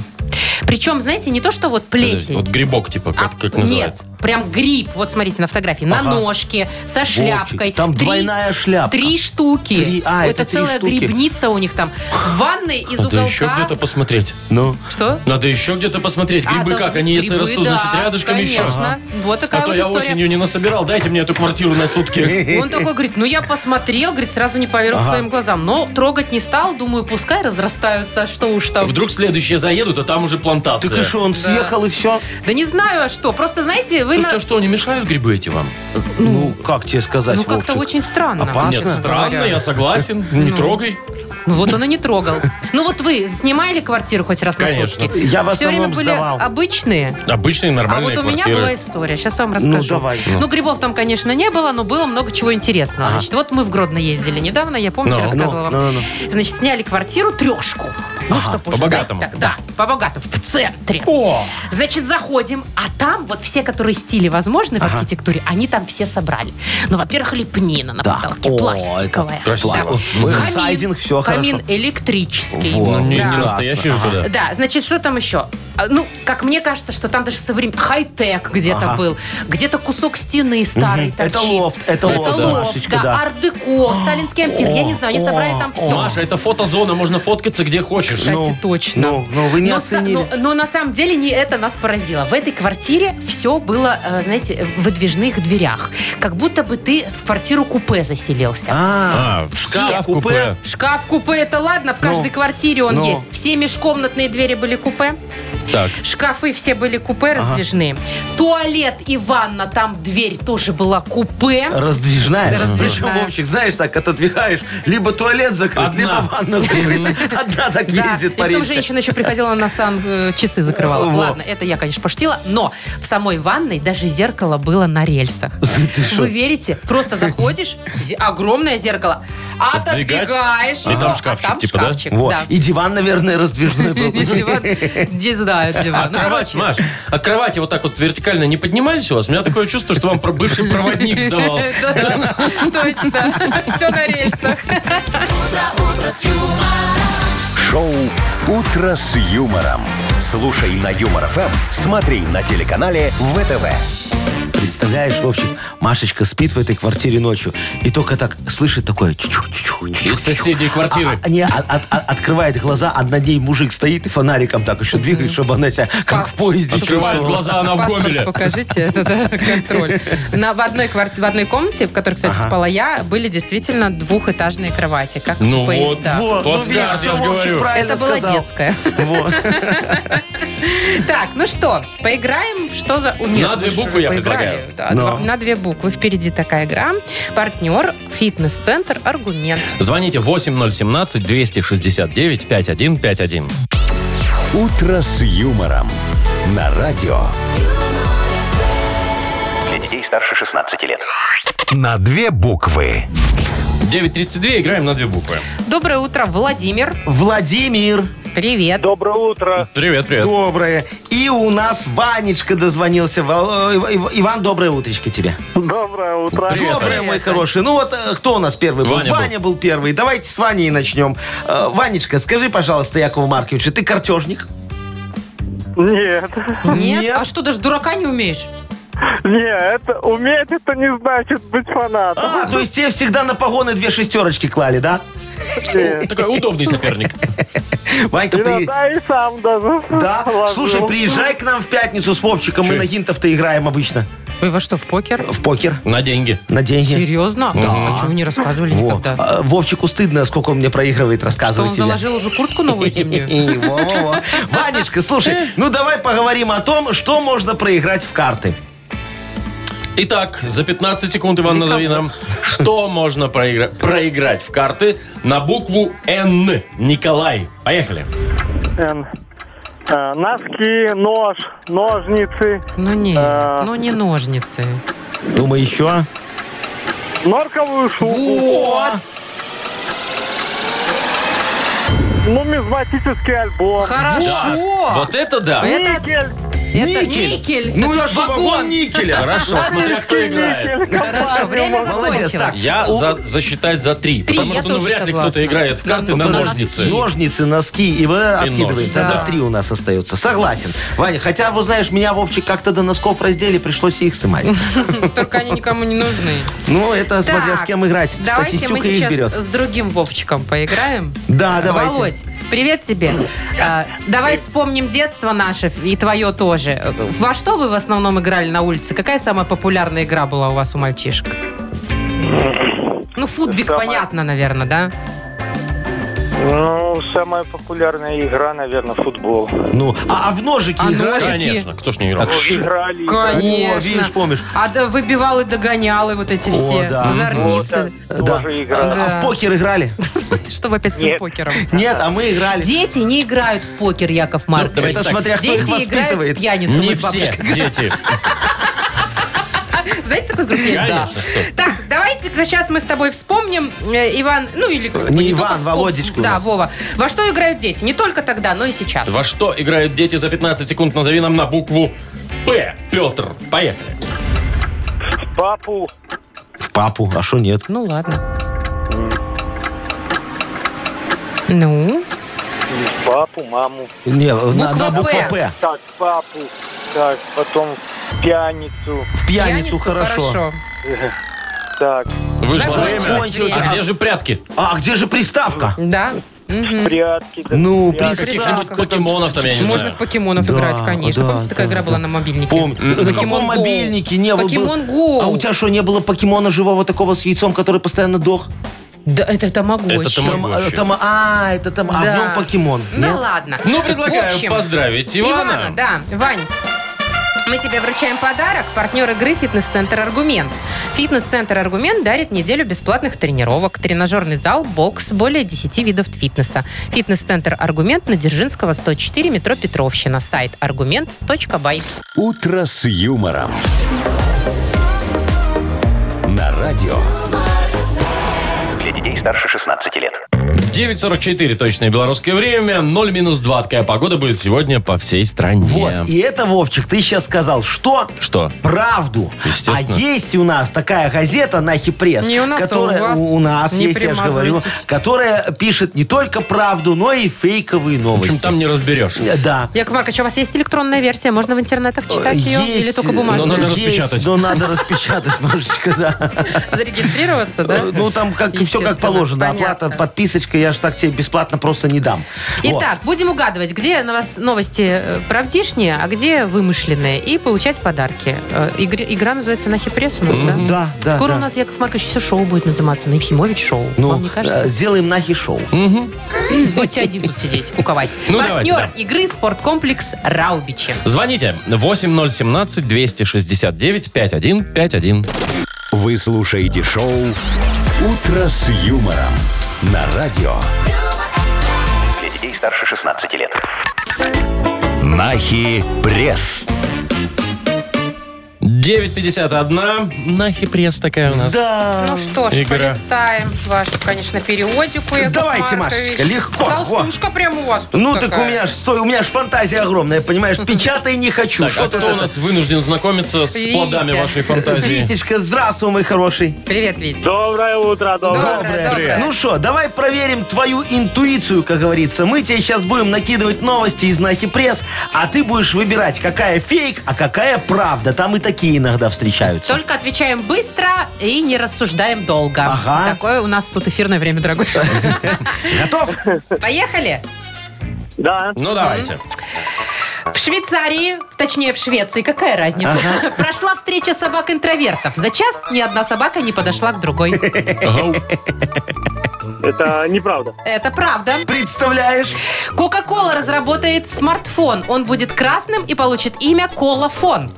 Speaker 3: Причем, знаете, не то, что вот плесень.
Speaker 2: Вот грибок, типа,
Speaker 3: а
Speaker 2: как, как называется.
Speaker 3: Нет, прям гриб. Вот смотрите на фотографии. На
Speaker 4: Ага.
Speaker 3: ножке, со шляпкой.
Speaker 4: Вовчик, там
Speaker 3: Три-
Speaker 4: двойная шляпка.
Speaker 3: Три штуки.
Speaker 4: Три- а, это три
Speaker 3: целая
Speaker 4: штуки.
Speaker 3: грибница у них там. В ванной из
Speaker 2: Надо
Speaker 3: уголка.
Speaker 2: еще А где-то посмотреть.
Speaker 4: Ну,
Speaker 3: Что?
Speaker 2: Надо еще где-то посмотреть.
Speaker 3: А,
Speaker 2: Грибы как?
Speaker 3: должны-
Speaker 2: Они если
Speaker 3: грибы,
Speaker 2: растут,
Speaker 3: да,
Speaker 2: значит рядышком еще.
Speaker 3: конечно.
Speaker 2: Ага.
Speaker 3: Вот
Speaker 2: А
Speaker 3: такая
Speaker 2: то
Speaker 3: вот
Speaker 2: я
Speaker 3: история.
Speaker 2: осенью не насобирал. Дайте мне эту квартиру на сутки.
Speaker 3: Он такой говорит, ну я посмотрел, говорит, сразу не поверил своим глазам. Но трогать не стал, думаю, пускай разрастаются, а что уж там.
Speaker 2: А Вдруг следующие заедут, а там уже плантация.
Speaker 4: так и что, он съехал и все?
Speaker 3: Да не знаю, а что. Просто, знаете, вы...
Speaker 2: Слушайте, а
Speaker 3: на-
Speaker 2: что, не мешают грибы эти вам?
Speaker 4: Ну, как тебе сказать,
Speaker 3: Ну как-то
Speaker 4: Вовчик?
Speaker 3: очень странно.
Speaker 4: Опасно.
Speaker 2: Нет,
Speaker 3: честно
Speaker 2: странно,
Speaker 3: говоря.
Speaker 2: я согласен. Не трогай.
Speaker 3: Ну вот он и не трогал. Ну вот вы снимали квартиру хоть раз на
Speaker 2: Конечно.
Speaker 3: сутки?
Speaker 4: Я в
Speaker 3: Все
Speaker 4: основном
Speaker 3: время были
Speaker 4: сдавал.
Speaker 3: обычные.
Speaker 2: Обычные
Speaker 3: А
Speaker 2: нормальные
Speaker 3: вот у меня
Speaker 2: квартиры.
Speaker 3: была история. Сейчас вам расскажу.
Speaker 4: Ну, давай.
Speaker 3: Ну, грибов там, конечно, не было, но было много чего интересного. Значит, вот мы в Гродно ездили недавно, я помню,
Speaker 2: Ну,
Speaker 3: рассказывала
Speaker 4: ну,
Speaker 3: вам.
Speaker 4: ну,
Speaker 3: Значит, сняли квартиру трешку. Ну, чтоб уже,
Speaker 2: по-богатому.
Speaker 3: знаете, так, да, по-богатому, в центре.
Speaker 4: О!
Speaker 3: Значит, заходим, а там вот все, которые стили возможны в архитектуре, они там все собрали. Ну, во-первых, лепнина на
Speaker 4: Да.
Speaker 3: потолке,
Speaker 4: О,
Speaker 3: пластиковая.
Speaker 4: это красиво.
Speaker 3: Да.
Speaker 4: Мы
Speaker 3: Камин,
Speaker 4: сайдинг, всё
Speaker 3: камин
Speaker 4: хорошо.
Speaker 3: электрический.
Speaker 4: Во,
Speaker 2: Ну, не, не
Speaker 3: Да.
Speaker 4: Прекрасно.
Speaker 2: настоящие же
Speaker 4: Ага.
Speaker 2: куда.
Speaker 3: Да, значит, что там еще? А, Ну, как мне кажется, что там даже современ... хай-тек где-то
Speaker 4: Ага.
Speaker 3: был, где-то кусок стены старый
Speaker 4: Мгм.
Speaker 3: торчит.
Speaker 4: Это лофт, это лофт, да, Машечка,
Speaker 3: да,
Speaker 4: да.
Speaker 3: арт-деко, сталинский ампир, я не знаю, они собрали там все.
Speaker 2: Маша, это фотозона, можно фоткаться где хочешь.
Speaker 3: Кстати, точно.
Speaker 4: ну, ну, вы не
Speaker 3: но, со-
Speaker 4: оценили.
Speaker 3: но- но на самом деле не это нас поразило. В этой квартире все было, э, знаете, в выдвижных дверях. Как будто бы ты в квартиру купе заселился.
Speaker 4: А,
Speaker 2: А, в шкаф,
Speaker 4: купе.
Speaker 2: купе.
Speaker 3: Шкаф купе это ладно, в каждой квартире он
Speaker 4: ну.
Speaker 3: есть. Все межкомнатные двери были купе.
Speaker 2: Так.
Speaker 3: Шкафы все были купе раздвижные. Туалет и ванна, там дверь тоже была купе.
Speaker 4: раздвижная.
Speaker 3: Да, раздвижная.
Speaker 4: Причем, Вовчик, знаешь, так отодвигаешь, либо туалет закрыт,
Speaker 2: Одна.
Speaker 4: либо ванна закрыта. Одна так
Speaker 3: Да,
Speaker 4: ездит по
Speaker 3: и потом
Speaker 4: рельсе.
Speaker 3: женщина еще приходила на сан э, часы закрывала.
Speaker 4: Во.
Speaker 3: Ладно, это я, конечно, пошутила, но в самой ванной даже зеркало было на рельсах. Вы верите? Просто заходишь, зе- огромное зеркало, а
Speaker 2: Сдвигать?
Speaker 3: отодвигаешь.
Speaker 2: И
Speaker 3: его,
Speaker 2: там
Speaker 3: а
Speaker 2: шкафчик,
Speaker 3: там
Speaker 2: типа, да?
Speaker 3: шкафчик,
Speaker 4: Вот.
Speaker 3: да.
Speaker 4: И диван, наверное, раздвижной был.
Speaker 3: Диван, не знаю,
Speaker 2: А
Speaker 3: диван. Ну,
Speaker 2: кровать,
Speaker 3: короче,
Speaker 2: Маш, а кровати вот так вот вертикально не поднимались у вас? У меня такое чувство, что вам про- бывший проводник сдавал.
Speaker 3: Да, Точно. Все на рельсах.
Speaker 1: Шоу «Утро с юмором». Слушай на Юмор ФМ, смотри на телеканале ВТВ.
Speaker 4: Представляешь, Вовчик, Машечка спит в этой квартире ночью и только так слышит такое чу-чу, чу-чу, чу-чу.
Speaker 2: Из соседней квартиры.
Speaker 4: А, а, не, а- а- а- открывает глаза, а над ней мужик стоит и фонариком так еще двигает, чтобы она себя как в поезде
Speaker 2: Открывает
Speaker 4: чувствовала.
Speaker 2: глаза, она в
Speaker 3: Паспорт
Speaker 2: Гомеле.
Speaker 3: покажите, это да, контроль. На, в, одной квар- в одной комнате, в которой, кстати, спала я, были действительно двухэтажные кровати, как
Speaker 2: Ну
Speaker 3: в поездах.
Speaker 2: вот.
Speaker 4: Вот,
Speaker 2: Вот
Speaker 4: ну, видишь,
Speaker 2: скажешь, я
Speaker 4: всё,
Speaker 2: ж
Speaker 4: Вовчик
Speaker 2: говорю.
Speaker 4: правильно
Speaker 3: Это была
Speaker 4: сказал.
Speaker 3: детская.
Speaker 4: Вот.
Speaker 3: Так, ну что, поиграем? Что за... у-
Speaker 2: На две
Speaker 3: мы же
Speaker 2: буквы я
Speaker 3: поиграли.
Speaker 2: предлагаю.
Speaker 3: Да,
Speaker 4: Но.
Speaker 3: два- На две буквы. Впереди такая игра. Партнер, фитнес-центр, аргумент.
Speaker 2: Звоните 8017-269-5151.
Speaker 1: «Утро с юмором» на радио.
Speaker 5: Для детей старше 16 лет.
Speaker 1: На две буквы.
Speaker 2: 9.32, играем на две буквы.
Speaker 3: Доброе утро, Владимир.
Speaker 4: Владимир.
Speaker 3: Привет.
Speaker 6: Доброе утро.
Speaker 2: Привет, привет.
Speaker 4: Доброе. И у нас Ванечка дозвонился. Ва- э, Ив- Ив- Иван, доброе утречко тебе.
Speaker 6: Доброе утро.
Speaker 2: Привет,
Speaker 4: доброе,
Speaker 2: Ваня.
Speaker 4: мой хороший. Ну вот э, кто у нас первый был?
Speaker 2: Ваня был.
Speaker 4: был. первый. Давайте с Ваней и начнем. Э, Ванечка, скажи, пожалуйста, Якову Марковичу, ты картежник?
Speaker 6: Нет.
Speaker 4: Нет.
Speaker 3: Нет? А что, даже дурака не умеешь?
Speaker 6: Нет, это, уметь это не значит быть фанатом.
Speaker 4: А, то есть тебе всегда на погоны две шестерочки клали, да?
Speaker 6: Нет.
Speaker 2: Такой удобный соперник.
Speaker 4: Ванька, при-
Speaker 6: Иногда и сам даже. ну,
Speaker 4: Да?
Speaker 6: ложу.
Speaker 4: Слушай, приезжай к нам в пятницу с Вовчиком. Мы
Speaker 2: Чё?
Speaker 4: на гинтов-то играем обычно.
Speaker 3: Вы во что, в покер?
Speaker 4: В покер.
Speaker 2: На деньги.
Speaker 4: На деньги.
Speaker 3: Серьезно?
Speaker 4: Да.
Speaker 3: А что вы не рассказывали
Speaker 4: Во.
Speaker 3: никогда?
Speaker 4: А, Вовчику стыдно, сколько он мне проигрывает,
Speaker 3: Что
Speaker 4: рассказывает
Speaker 3: он
Speaker 4: тебе.
Speaker 3: заложил уже куртку новую зимнюю?
Speaker 4: Во-во-во. Ванечка, слушай, ну давай поговорим о том, что можно проиграть в карты.
Speaker 2: Итак, за 15 секунд, Иван, назови нам, что можно проигра- проиграть в карты на букву Н. Николай, поехали.
Speaker 6: Эм, э, Носки, нож, ножницы,
Speaker 3: Ну не,
Speaker 6: А.
Speaker 3: ну не ножницы.
Speaker 4: Думаю, еще.
Speaker 6: норковую шубу,
Speaker 4: Вот.
Speaker 6: нумизматический альбом.
Speaker 3: Хорошо!
Speaker 2: Вот это да.
Speaker 3: Это,
Speaker 6: Никель,
Speaker 3: это никель.
Speaker 4: Ну
Speaker 3: Это
Speaker 4: я же вагон никеля.
Speaker 2: Хорошо, смотря кто играет.
Speaker 6: никель,
Speaker 3: Хорошо, время
Speaker 4: Молодец, так.
Speaker 3: закончилось.
Speaker 2: Я за, засчитать за три.
Speaker 3: Три,
Speaker 2: потому
Speaker 3: я
Speaker 2: что ну,
Speaker 3: тоже
Speaker 2: вряд ли
Speaker 3: согласна. Ну,
Speaker 2: кто-то играет в карты
Speaker 3: На-
Speaker 2: на,
Speaker 3: на
Speaker 2: ножницы.
Speaker 3: носки.
Speaker 4: ну, Ножницы, носки, и вы откидываем.
Speaker 2: нож.
Speaker 4: Тогда
Speaker 3: Да.
Speaker 4: три у нас остается. Согласен. Ваня, хотя, вот знаешь, меня Вовчик как-то до носков раздели, пришлось и их снимать.
Speaker 3: Только они никому не нужны.
Speaker 4: Ну, это смотря
Speaker 3: Так,
Speaker 4: с кем играть.
Speaker 3: Давайте мы
Speaker 4: Статистика их
Speaker 3: сейчас
Speaker 4: берет.
Speaker 3: с другим Вовчиком поиграем.
Speaker 4: Да, давайте.
Speaker 3: Володь, привет тебе. А, давай вспомним детство наше и твое тоже. Во что вы в основном играли на улице? Какая самая популярная игра была у вас у мальчишек? Ну, футбик,
Speaker 6: Самая-
Speaker 3: понятно, наверное, да?
Speaker 6: Ну, самая популярная игра, наверное, футбол.
Speaker 4: Ну, а, а в ножики
Speaker 3: А
Speaker 4: играли?
Speaker 3: ножи-
Speaker 2: Конечно, кто ж не играл.
Speaker 4: Так, ш-
Speaker 6: Играли.
Speaker 4: О, видишь, помнишь.
Speaker 3: А да, выбивал и догонял, и вот эти
Speaker 4: О,
Speaker 3: все
Speaker 4: да.
Speaker 3: зорницы.
Speaker 4: Да.
Speaker 6: Тоже
Speaker 4: А,
Speaker 6: играли.
Speaker 4: а в покер играли?
Speaker 3: Что вы опять с ним
Speaker 6: Нет.
Speaker 3: покером?
Speaker 4: Нет, а мы играли.
Speaker 3: Дети не играют в покер, Яков Маркович.
Speaker 4: Ну, Это
Speaker 2: Давайте так.
Speaker 4: смотря кто их
Speaker 3: Дети играют
Speaker 4: воспитывает.
Speaker 3: в пьяницу.
Speaker 2: Не
Speaker 3: мы с
Speaker 2: все
Speaker 3: бабушкой.
Speaker 2: дети.
Speaker 3: Знаете, такой группе?
Speaker 2: Конечно, что.
Speaker 3: Так, давайте сейчас мы с тобой вспомним, э, Иван, ну или... как бы
Speaker 4: Не
Speaker 3: только
Speaker 4: Иван,
Speaker 3: вспом-
Speaker 4: Володечка у
Speaker 3: Да,
Speaker 4: нас.
Speaker 3: Вова. Во что играют дети? Не только тогда, но и сейчас.
Speaker 2: Во что играют дети за 15 секунд? Назови нам на букву П. Петр, поехали.
Speaker 6: Папу.
Speaker 4: В папу, а что нет?
Speaker 3: Ну ладно. Ну,
Speaker 6: Папу, маму.
Speaker 4: Не, на,
Speaker 3: Буква
Speaker 4: на буква
Speaker 3: «П».
Speaker 4: П.
Speaker 6: Так, папу. Так, потом пьяницу.
Speaker 4: В пьяницу, хорошо.
Speaker 6: Так,
Speaker 2: Вышло
Speaker 3: Закончилось
Speaker 2: время.
Speaker 4: Закончилось.
Speaker 2: А
Speaker 3: время.
Speaker 2: где же прятки?
Speaker 4: А где же приставка?
Speaker 3: Да. Мгм.
Speaker 6: прятки. да,
Speaker 4: Ну,
Speaker 6: прятки.
Speaker 4: прис-
Speaker 2: Каких-нибудь
Speaker 3: Приставка.
Speaker 2: покемонов там, я не
Speaker 3: Можно
Speaker 2: знаю.
Speaker 3: в покемонов
Speaker 4: Да,
Speaker 3: играть, конечно.
Speaker 4: да,
Speaker 3: Помните, такая
Speaker 4: да,
Speaker 3: игра
Speaker 4: да.
Speaker 3: была на мобильнике?
Speaker 4: Помню. На каком
Speaker 3: Покемон Go.
Speaker 4: мобильнике не вот был-
Speaker 3: Покемон Go.
Speaker 4: А у тебя что, не было покемона живого такого с яйцом, который постоянно дох?
Speaker 3: Да, это тамагочи.
Speaker 2: Это тамагочи.
Speaker 4: Там, а,
Speaker 2: Вообще.
Speaker 4: там, а, это там, а в
Speaker 3: Да.
Speaker 4: нем покемон.
Speaker 3: Да
Speaker 4: Нет?
Speaker 3: ладно.
Speaker 2: Ну,
Speaker 3: В
Speaker 2: предлагаю
Speaker 3: общем,
Speaker 2: поздравить Ивана.
Speaker 3: Ивана, да. Вань, мы тебе вручаем подарок. Партнер игры «Фитнес-центр Аргумент». «Фитнес-центр Аргумент» дарит неделю бесплатных тренировок, тренажерный зал, бокс, более 10 видов фитнеса. «Фитнес-центр Аргумент» на Дзержинского, 104, метро Петровщина. Сайт аргумент.бай.
Speaker 1: «Утро с юмором». На радио.
Speaker 5: Для детей старше 16 лет.
Speaker 2: 9.44 точное белорусское время, 0 минус 2. Такая погода будет сегодня по всей стране.
Speaker 4: Вот, и это, Вовчик, ты сейчас сказал, что?
Speaker 2: Что?
Speaker 4: Правду. А
Speaker 2: Естественно.
Speaker 4: есть у нас такая газета на пресс»,
Speaker 3: Не у нас, а у
Speaker 4: которая
Speaker 3: вас.
Speaker 4: у нас
Speaker 3: Не
Speaker 4: есть, я же говорю,
Speaker 3: примазывайтесь.
Speaker 4: которая пишет не только правду, но и фейковые
Speaker 2: В
Speaker 4: новости.
Speaker 2: общем, там не разберешь.
Speaker 4: Э, Да.
Speaker 3: Яков Маркович, а у вас есть электронная версия? Можно в интернетах читать ее?
Speaker 4: Э, Есть,
Speaker 3: Или только
Speaker 2: Но
Speaker 4: э,
Speaker 2: надо
Speaker 4: есть,
Speaker 3: бумажную?
Speaker 2: распечатать.
Speaker 4: Но надо распечатать, Машечка, да.
Speaker 3: Зарегистрироваться, да?
Speaker 4: Э, Ну, там как, все
Speaker 3: Естественно,
Speaker 4: как положено. Оплата,
Speaker 3: понятно.
Speaker 4: подписочка, я же так тебе бесплатно просто не дам. Вот.
Speaker 3: Итак, будем угадывать, где на вас новости э, правдишние, а где вымышленные, и получать подарки. Э, игр- Игра называется «Нахи пресс» у нас, да?
Speaker 4: Да, да,
Speaker 3: Скоро
Speaker 4: да.
Speaker 3: у нас, Яков Маркович, все шоу будет называться «Нахимович шоу».
Speaker 4: Ну,
Speaker 3: Вам не
Speaker 4: э,
Speaker 3: кажется?
Speaker 4: сделаем нахи шоу.
Speaker 3: Хоть один тут сидеть, куковать.
Speaker 2: Ну, давайте,
Speaker 3: Партнер
Speaker 2: да.
Speaker 3: игры «Спорткомплекс Раубичи».
Speaker 2: Звоните 8017-269-5151.
Speaker 1: Вы слушаете шоу «Утро с юмором». На радио.
Speaker 5: Для детей старше 16 лет.
Speaker 1: Нахи пресс.
Speaker 2: 9.51. Нахи пресс такая у нас.
Speaker 3: Ну что ж,
Speaker 2: Игра.
Speaker 3: полистаем вашу, конечно, периодику, Яков
Speaker 4: Давайте,
Speaker 3: Маркович.
Speaker 4: Машечка, легко, во.
Speaker 3: Толстушка прямо у вас тут
Speaker 4: Ну так у
Speaker 3: такая.
Speaker 4: меня ж, стой, у меня ж фантазия огромная, понимаешь? Печатай не хочу.
Speaker 2: Так,
Speaker 4: Что
Speaker 2: а
Speaker 4: ты
Speaker 2: кто у
Speaker 4: это-
Speaker 2: нас вынужден знакомиться с
Speaker 3: Витя.
Speaker 2: плодами вашей фантазии?
Speaker 4: Витечка, здравствуй, мой хороший.
Speaker 3: Привет, Витя.
Speaker 6: Доброе утро, доброе.
Speaker 3: Доброе, доброе.
Speaker 4: Ну что, давай проверим твою интуицию, как говорится. Мы тебе сейчас будем накидывать новости из Нахи Пресс, а ты будешь выбирать, какая фейк, а какая правда. Там и такие иногда встречаются.
Speaker 3: Только отвечаем быстро и не рассуждаем долго.
Speaker 4: Ага.
Speaker 3: Такое у нас тут эфирное время, дорогой.
Speaker 4: Готов?
Speaker 3: Поехали.
Speaker 6: Да.
Speaker 2: Ну, давайте.
Speaker 3: В Швейцарии, точнее в Швеции, какая разница, прошла встреча собак-интровертов. За час ни одна собака не подошла к другой.
Speaker 2: Гоу.
Speaker 6: Это неправда.
Speaker 3: Это правда.
Speaker 4: Представляешь?
Speaker 3: Кока-кола разработает смартфон. Он будет красным и получит имя Колафон.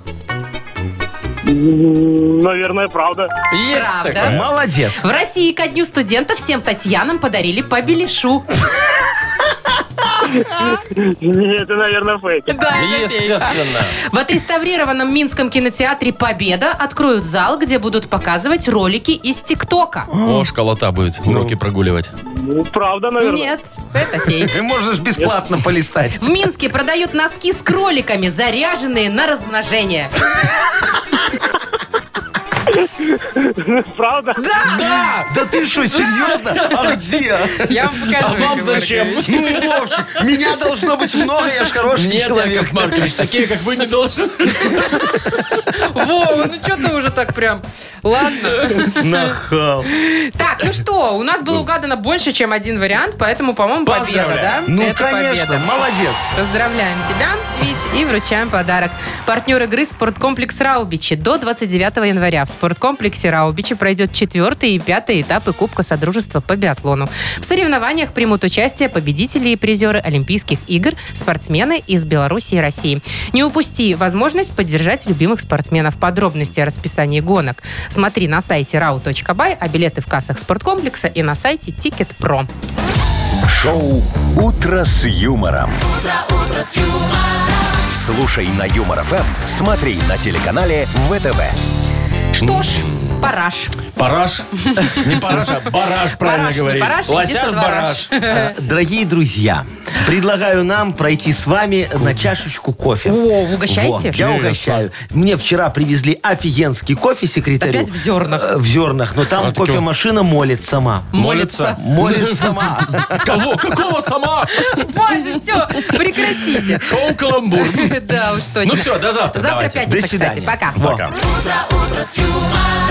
Speaker 6: М, Наверное, правда.
Speaker 2: Есть
Speaker 3: Правда.
Speaker 2: такая.
Speaker 4: Молодец.
Speaker 3: В России ко дню студента всем Татьянам подарили по беляшу.
Speaker 6: Это, наверное, фейк.
Speaker 3: Да, это фейк.
Speaker 2: Естественно.
Speaker 3: В отреставрированном Минском кинотеатре «Победа» откроют зал, где будут показывать ролики из ТикТока.
Speaker 2: О, школота будет уроки прогуливать.
Speaker 6: Ну, Правда, наверное.
Speaker 3: Нет, это фейк.
Speaker 4: Ты можешь бесплатно полистать.
Speaker 3: В Минске продают носки с кроликами, заряженные на размножение.
Speaker 6: Правда?
Speaker 2: Да!
Speaker 4: Да ты что, серьезно? А где?
Speaker 3: Я вам покажу.
Speaker 2: А вам зачем?
Speaker 4: Ну, Вовчик, меня должно быть много, я ж хороший
Speaker 2: Нет,
Speaker 4: человек.
Speaker 2: Яков Маркович, такие, как вы, не должны.
Speaker 3: Вова, ну что ты уже так прям? Ладно.
Speaker 4: Нахал.
Speaker 3: Так, ну что, у нас было угадано больше, чем один вариант, поэтому, по-моему, победа, да?
Speaker 2: Поздравляем.
Speaker 4: Ну,
Speaker 3: Это
Speaker 4: конечно,
Speaker 3: победа.
Speaker 4: молодец.
Speaker 3: Поздравляем тебя, Вить, и вручаем подарок. Партнер игры «Спорткомплекс Раубичи». До 29 января в «Спорткомплексе Раубичи» пройдет четвертый и пятый этапы Кубка Содружества по биатлону. В соревнованиях примут участие победители и призеры Олимпийских игр, спортсмены из Беларуси и России. Не упусти возможность поддержать любимых спортсменов. Подробности о расписании гонок смотри на сайте rau.by, а билеты в кассах спорткомплекса и на сайте Ticket.pro.
Speaker 1: Шоу «Утро с юмором». Слушай на Юмор ФМ, смотри на телеканале ВТВ.
Speaker 3: Что ж, параш.
Speaker 2: Параж. Не параж, а бараж, правильно
Speaker 3: Параж, не
Speaker 2: говорить.
Speaker 3: параж, иди
Speaker 2: Лосяш
Speaker 3: со двора.
Speaker 2: бараж.
Speaker 4: Э, Дорогие друзья, предлагаю нам пройти с вами на чашечку кофе.
Speaker 3: О, угощаете?
Speaker 4: Во, я угощаю. Мне вчера привезли офигенский кофе секретарю.
Speaker 3: Опять в зернах?
Speaker 4: Э, В зернах, но там
Speaker 2: А, так его-
Speaker 4: кофемашина молит сама.
Speaker 2: Молится.
Speaker 3: Молится.
Speaker 4: Молит сама.
Speaker 2: Кого? Какого сама?
Speaker 3: Боже, все, прекратите.
Speaker 2: Шоу каламбур.
Speaker 3: Да уж точно.
Speaker 2: Ну все, до завтра.
Speaker 3: Завтра
Speaker 2: давайте.
Speaker 4: До
Speaker 3: пятница, кстати.
Speaker 4: свидания.
Speaker 3: Пока.
Speaker 4: Во.
Speaker 2: Пока.
Speaker 9: Утро, утро с юмором.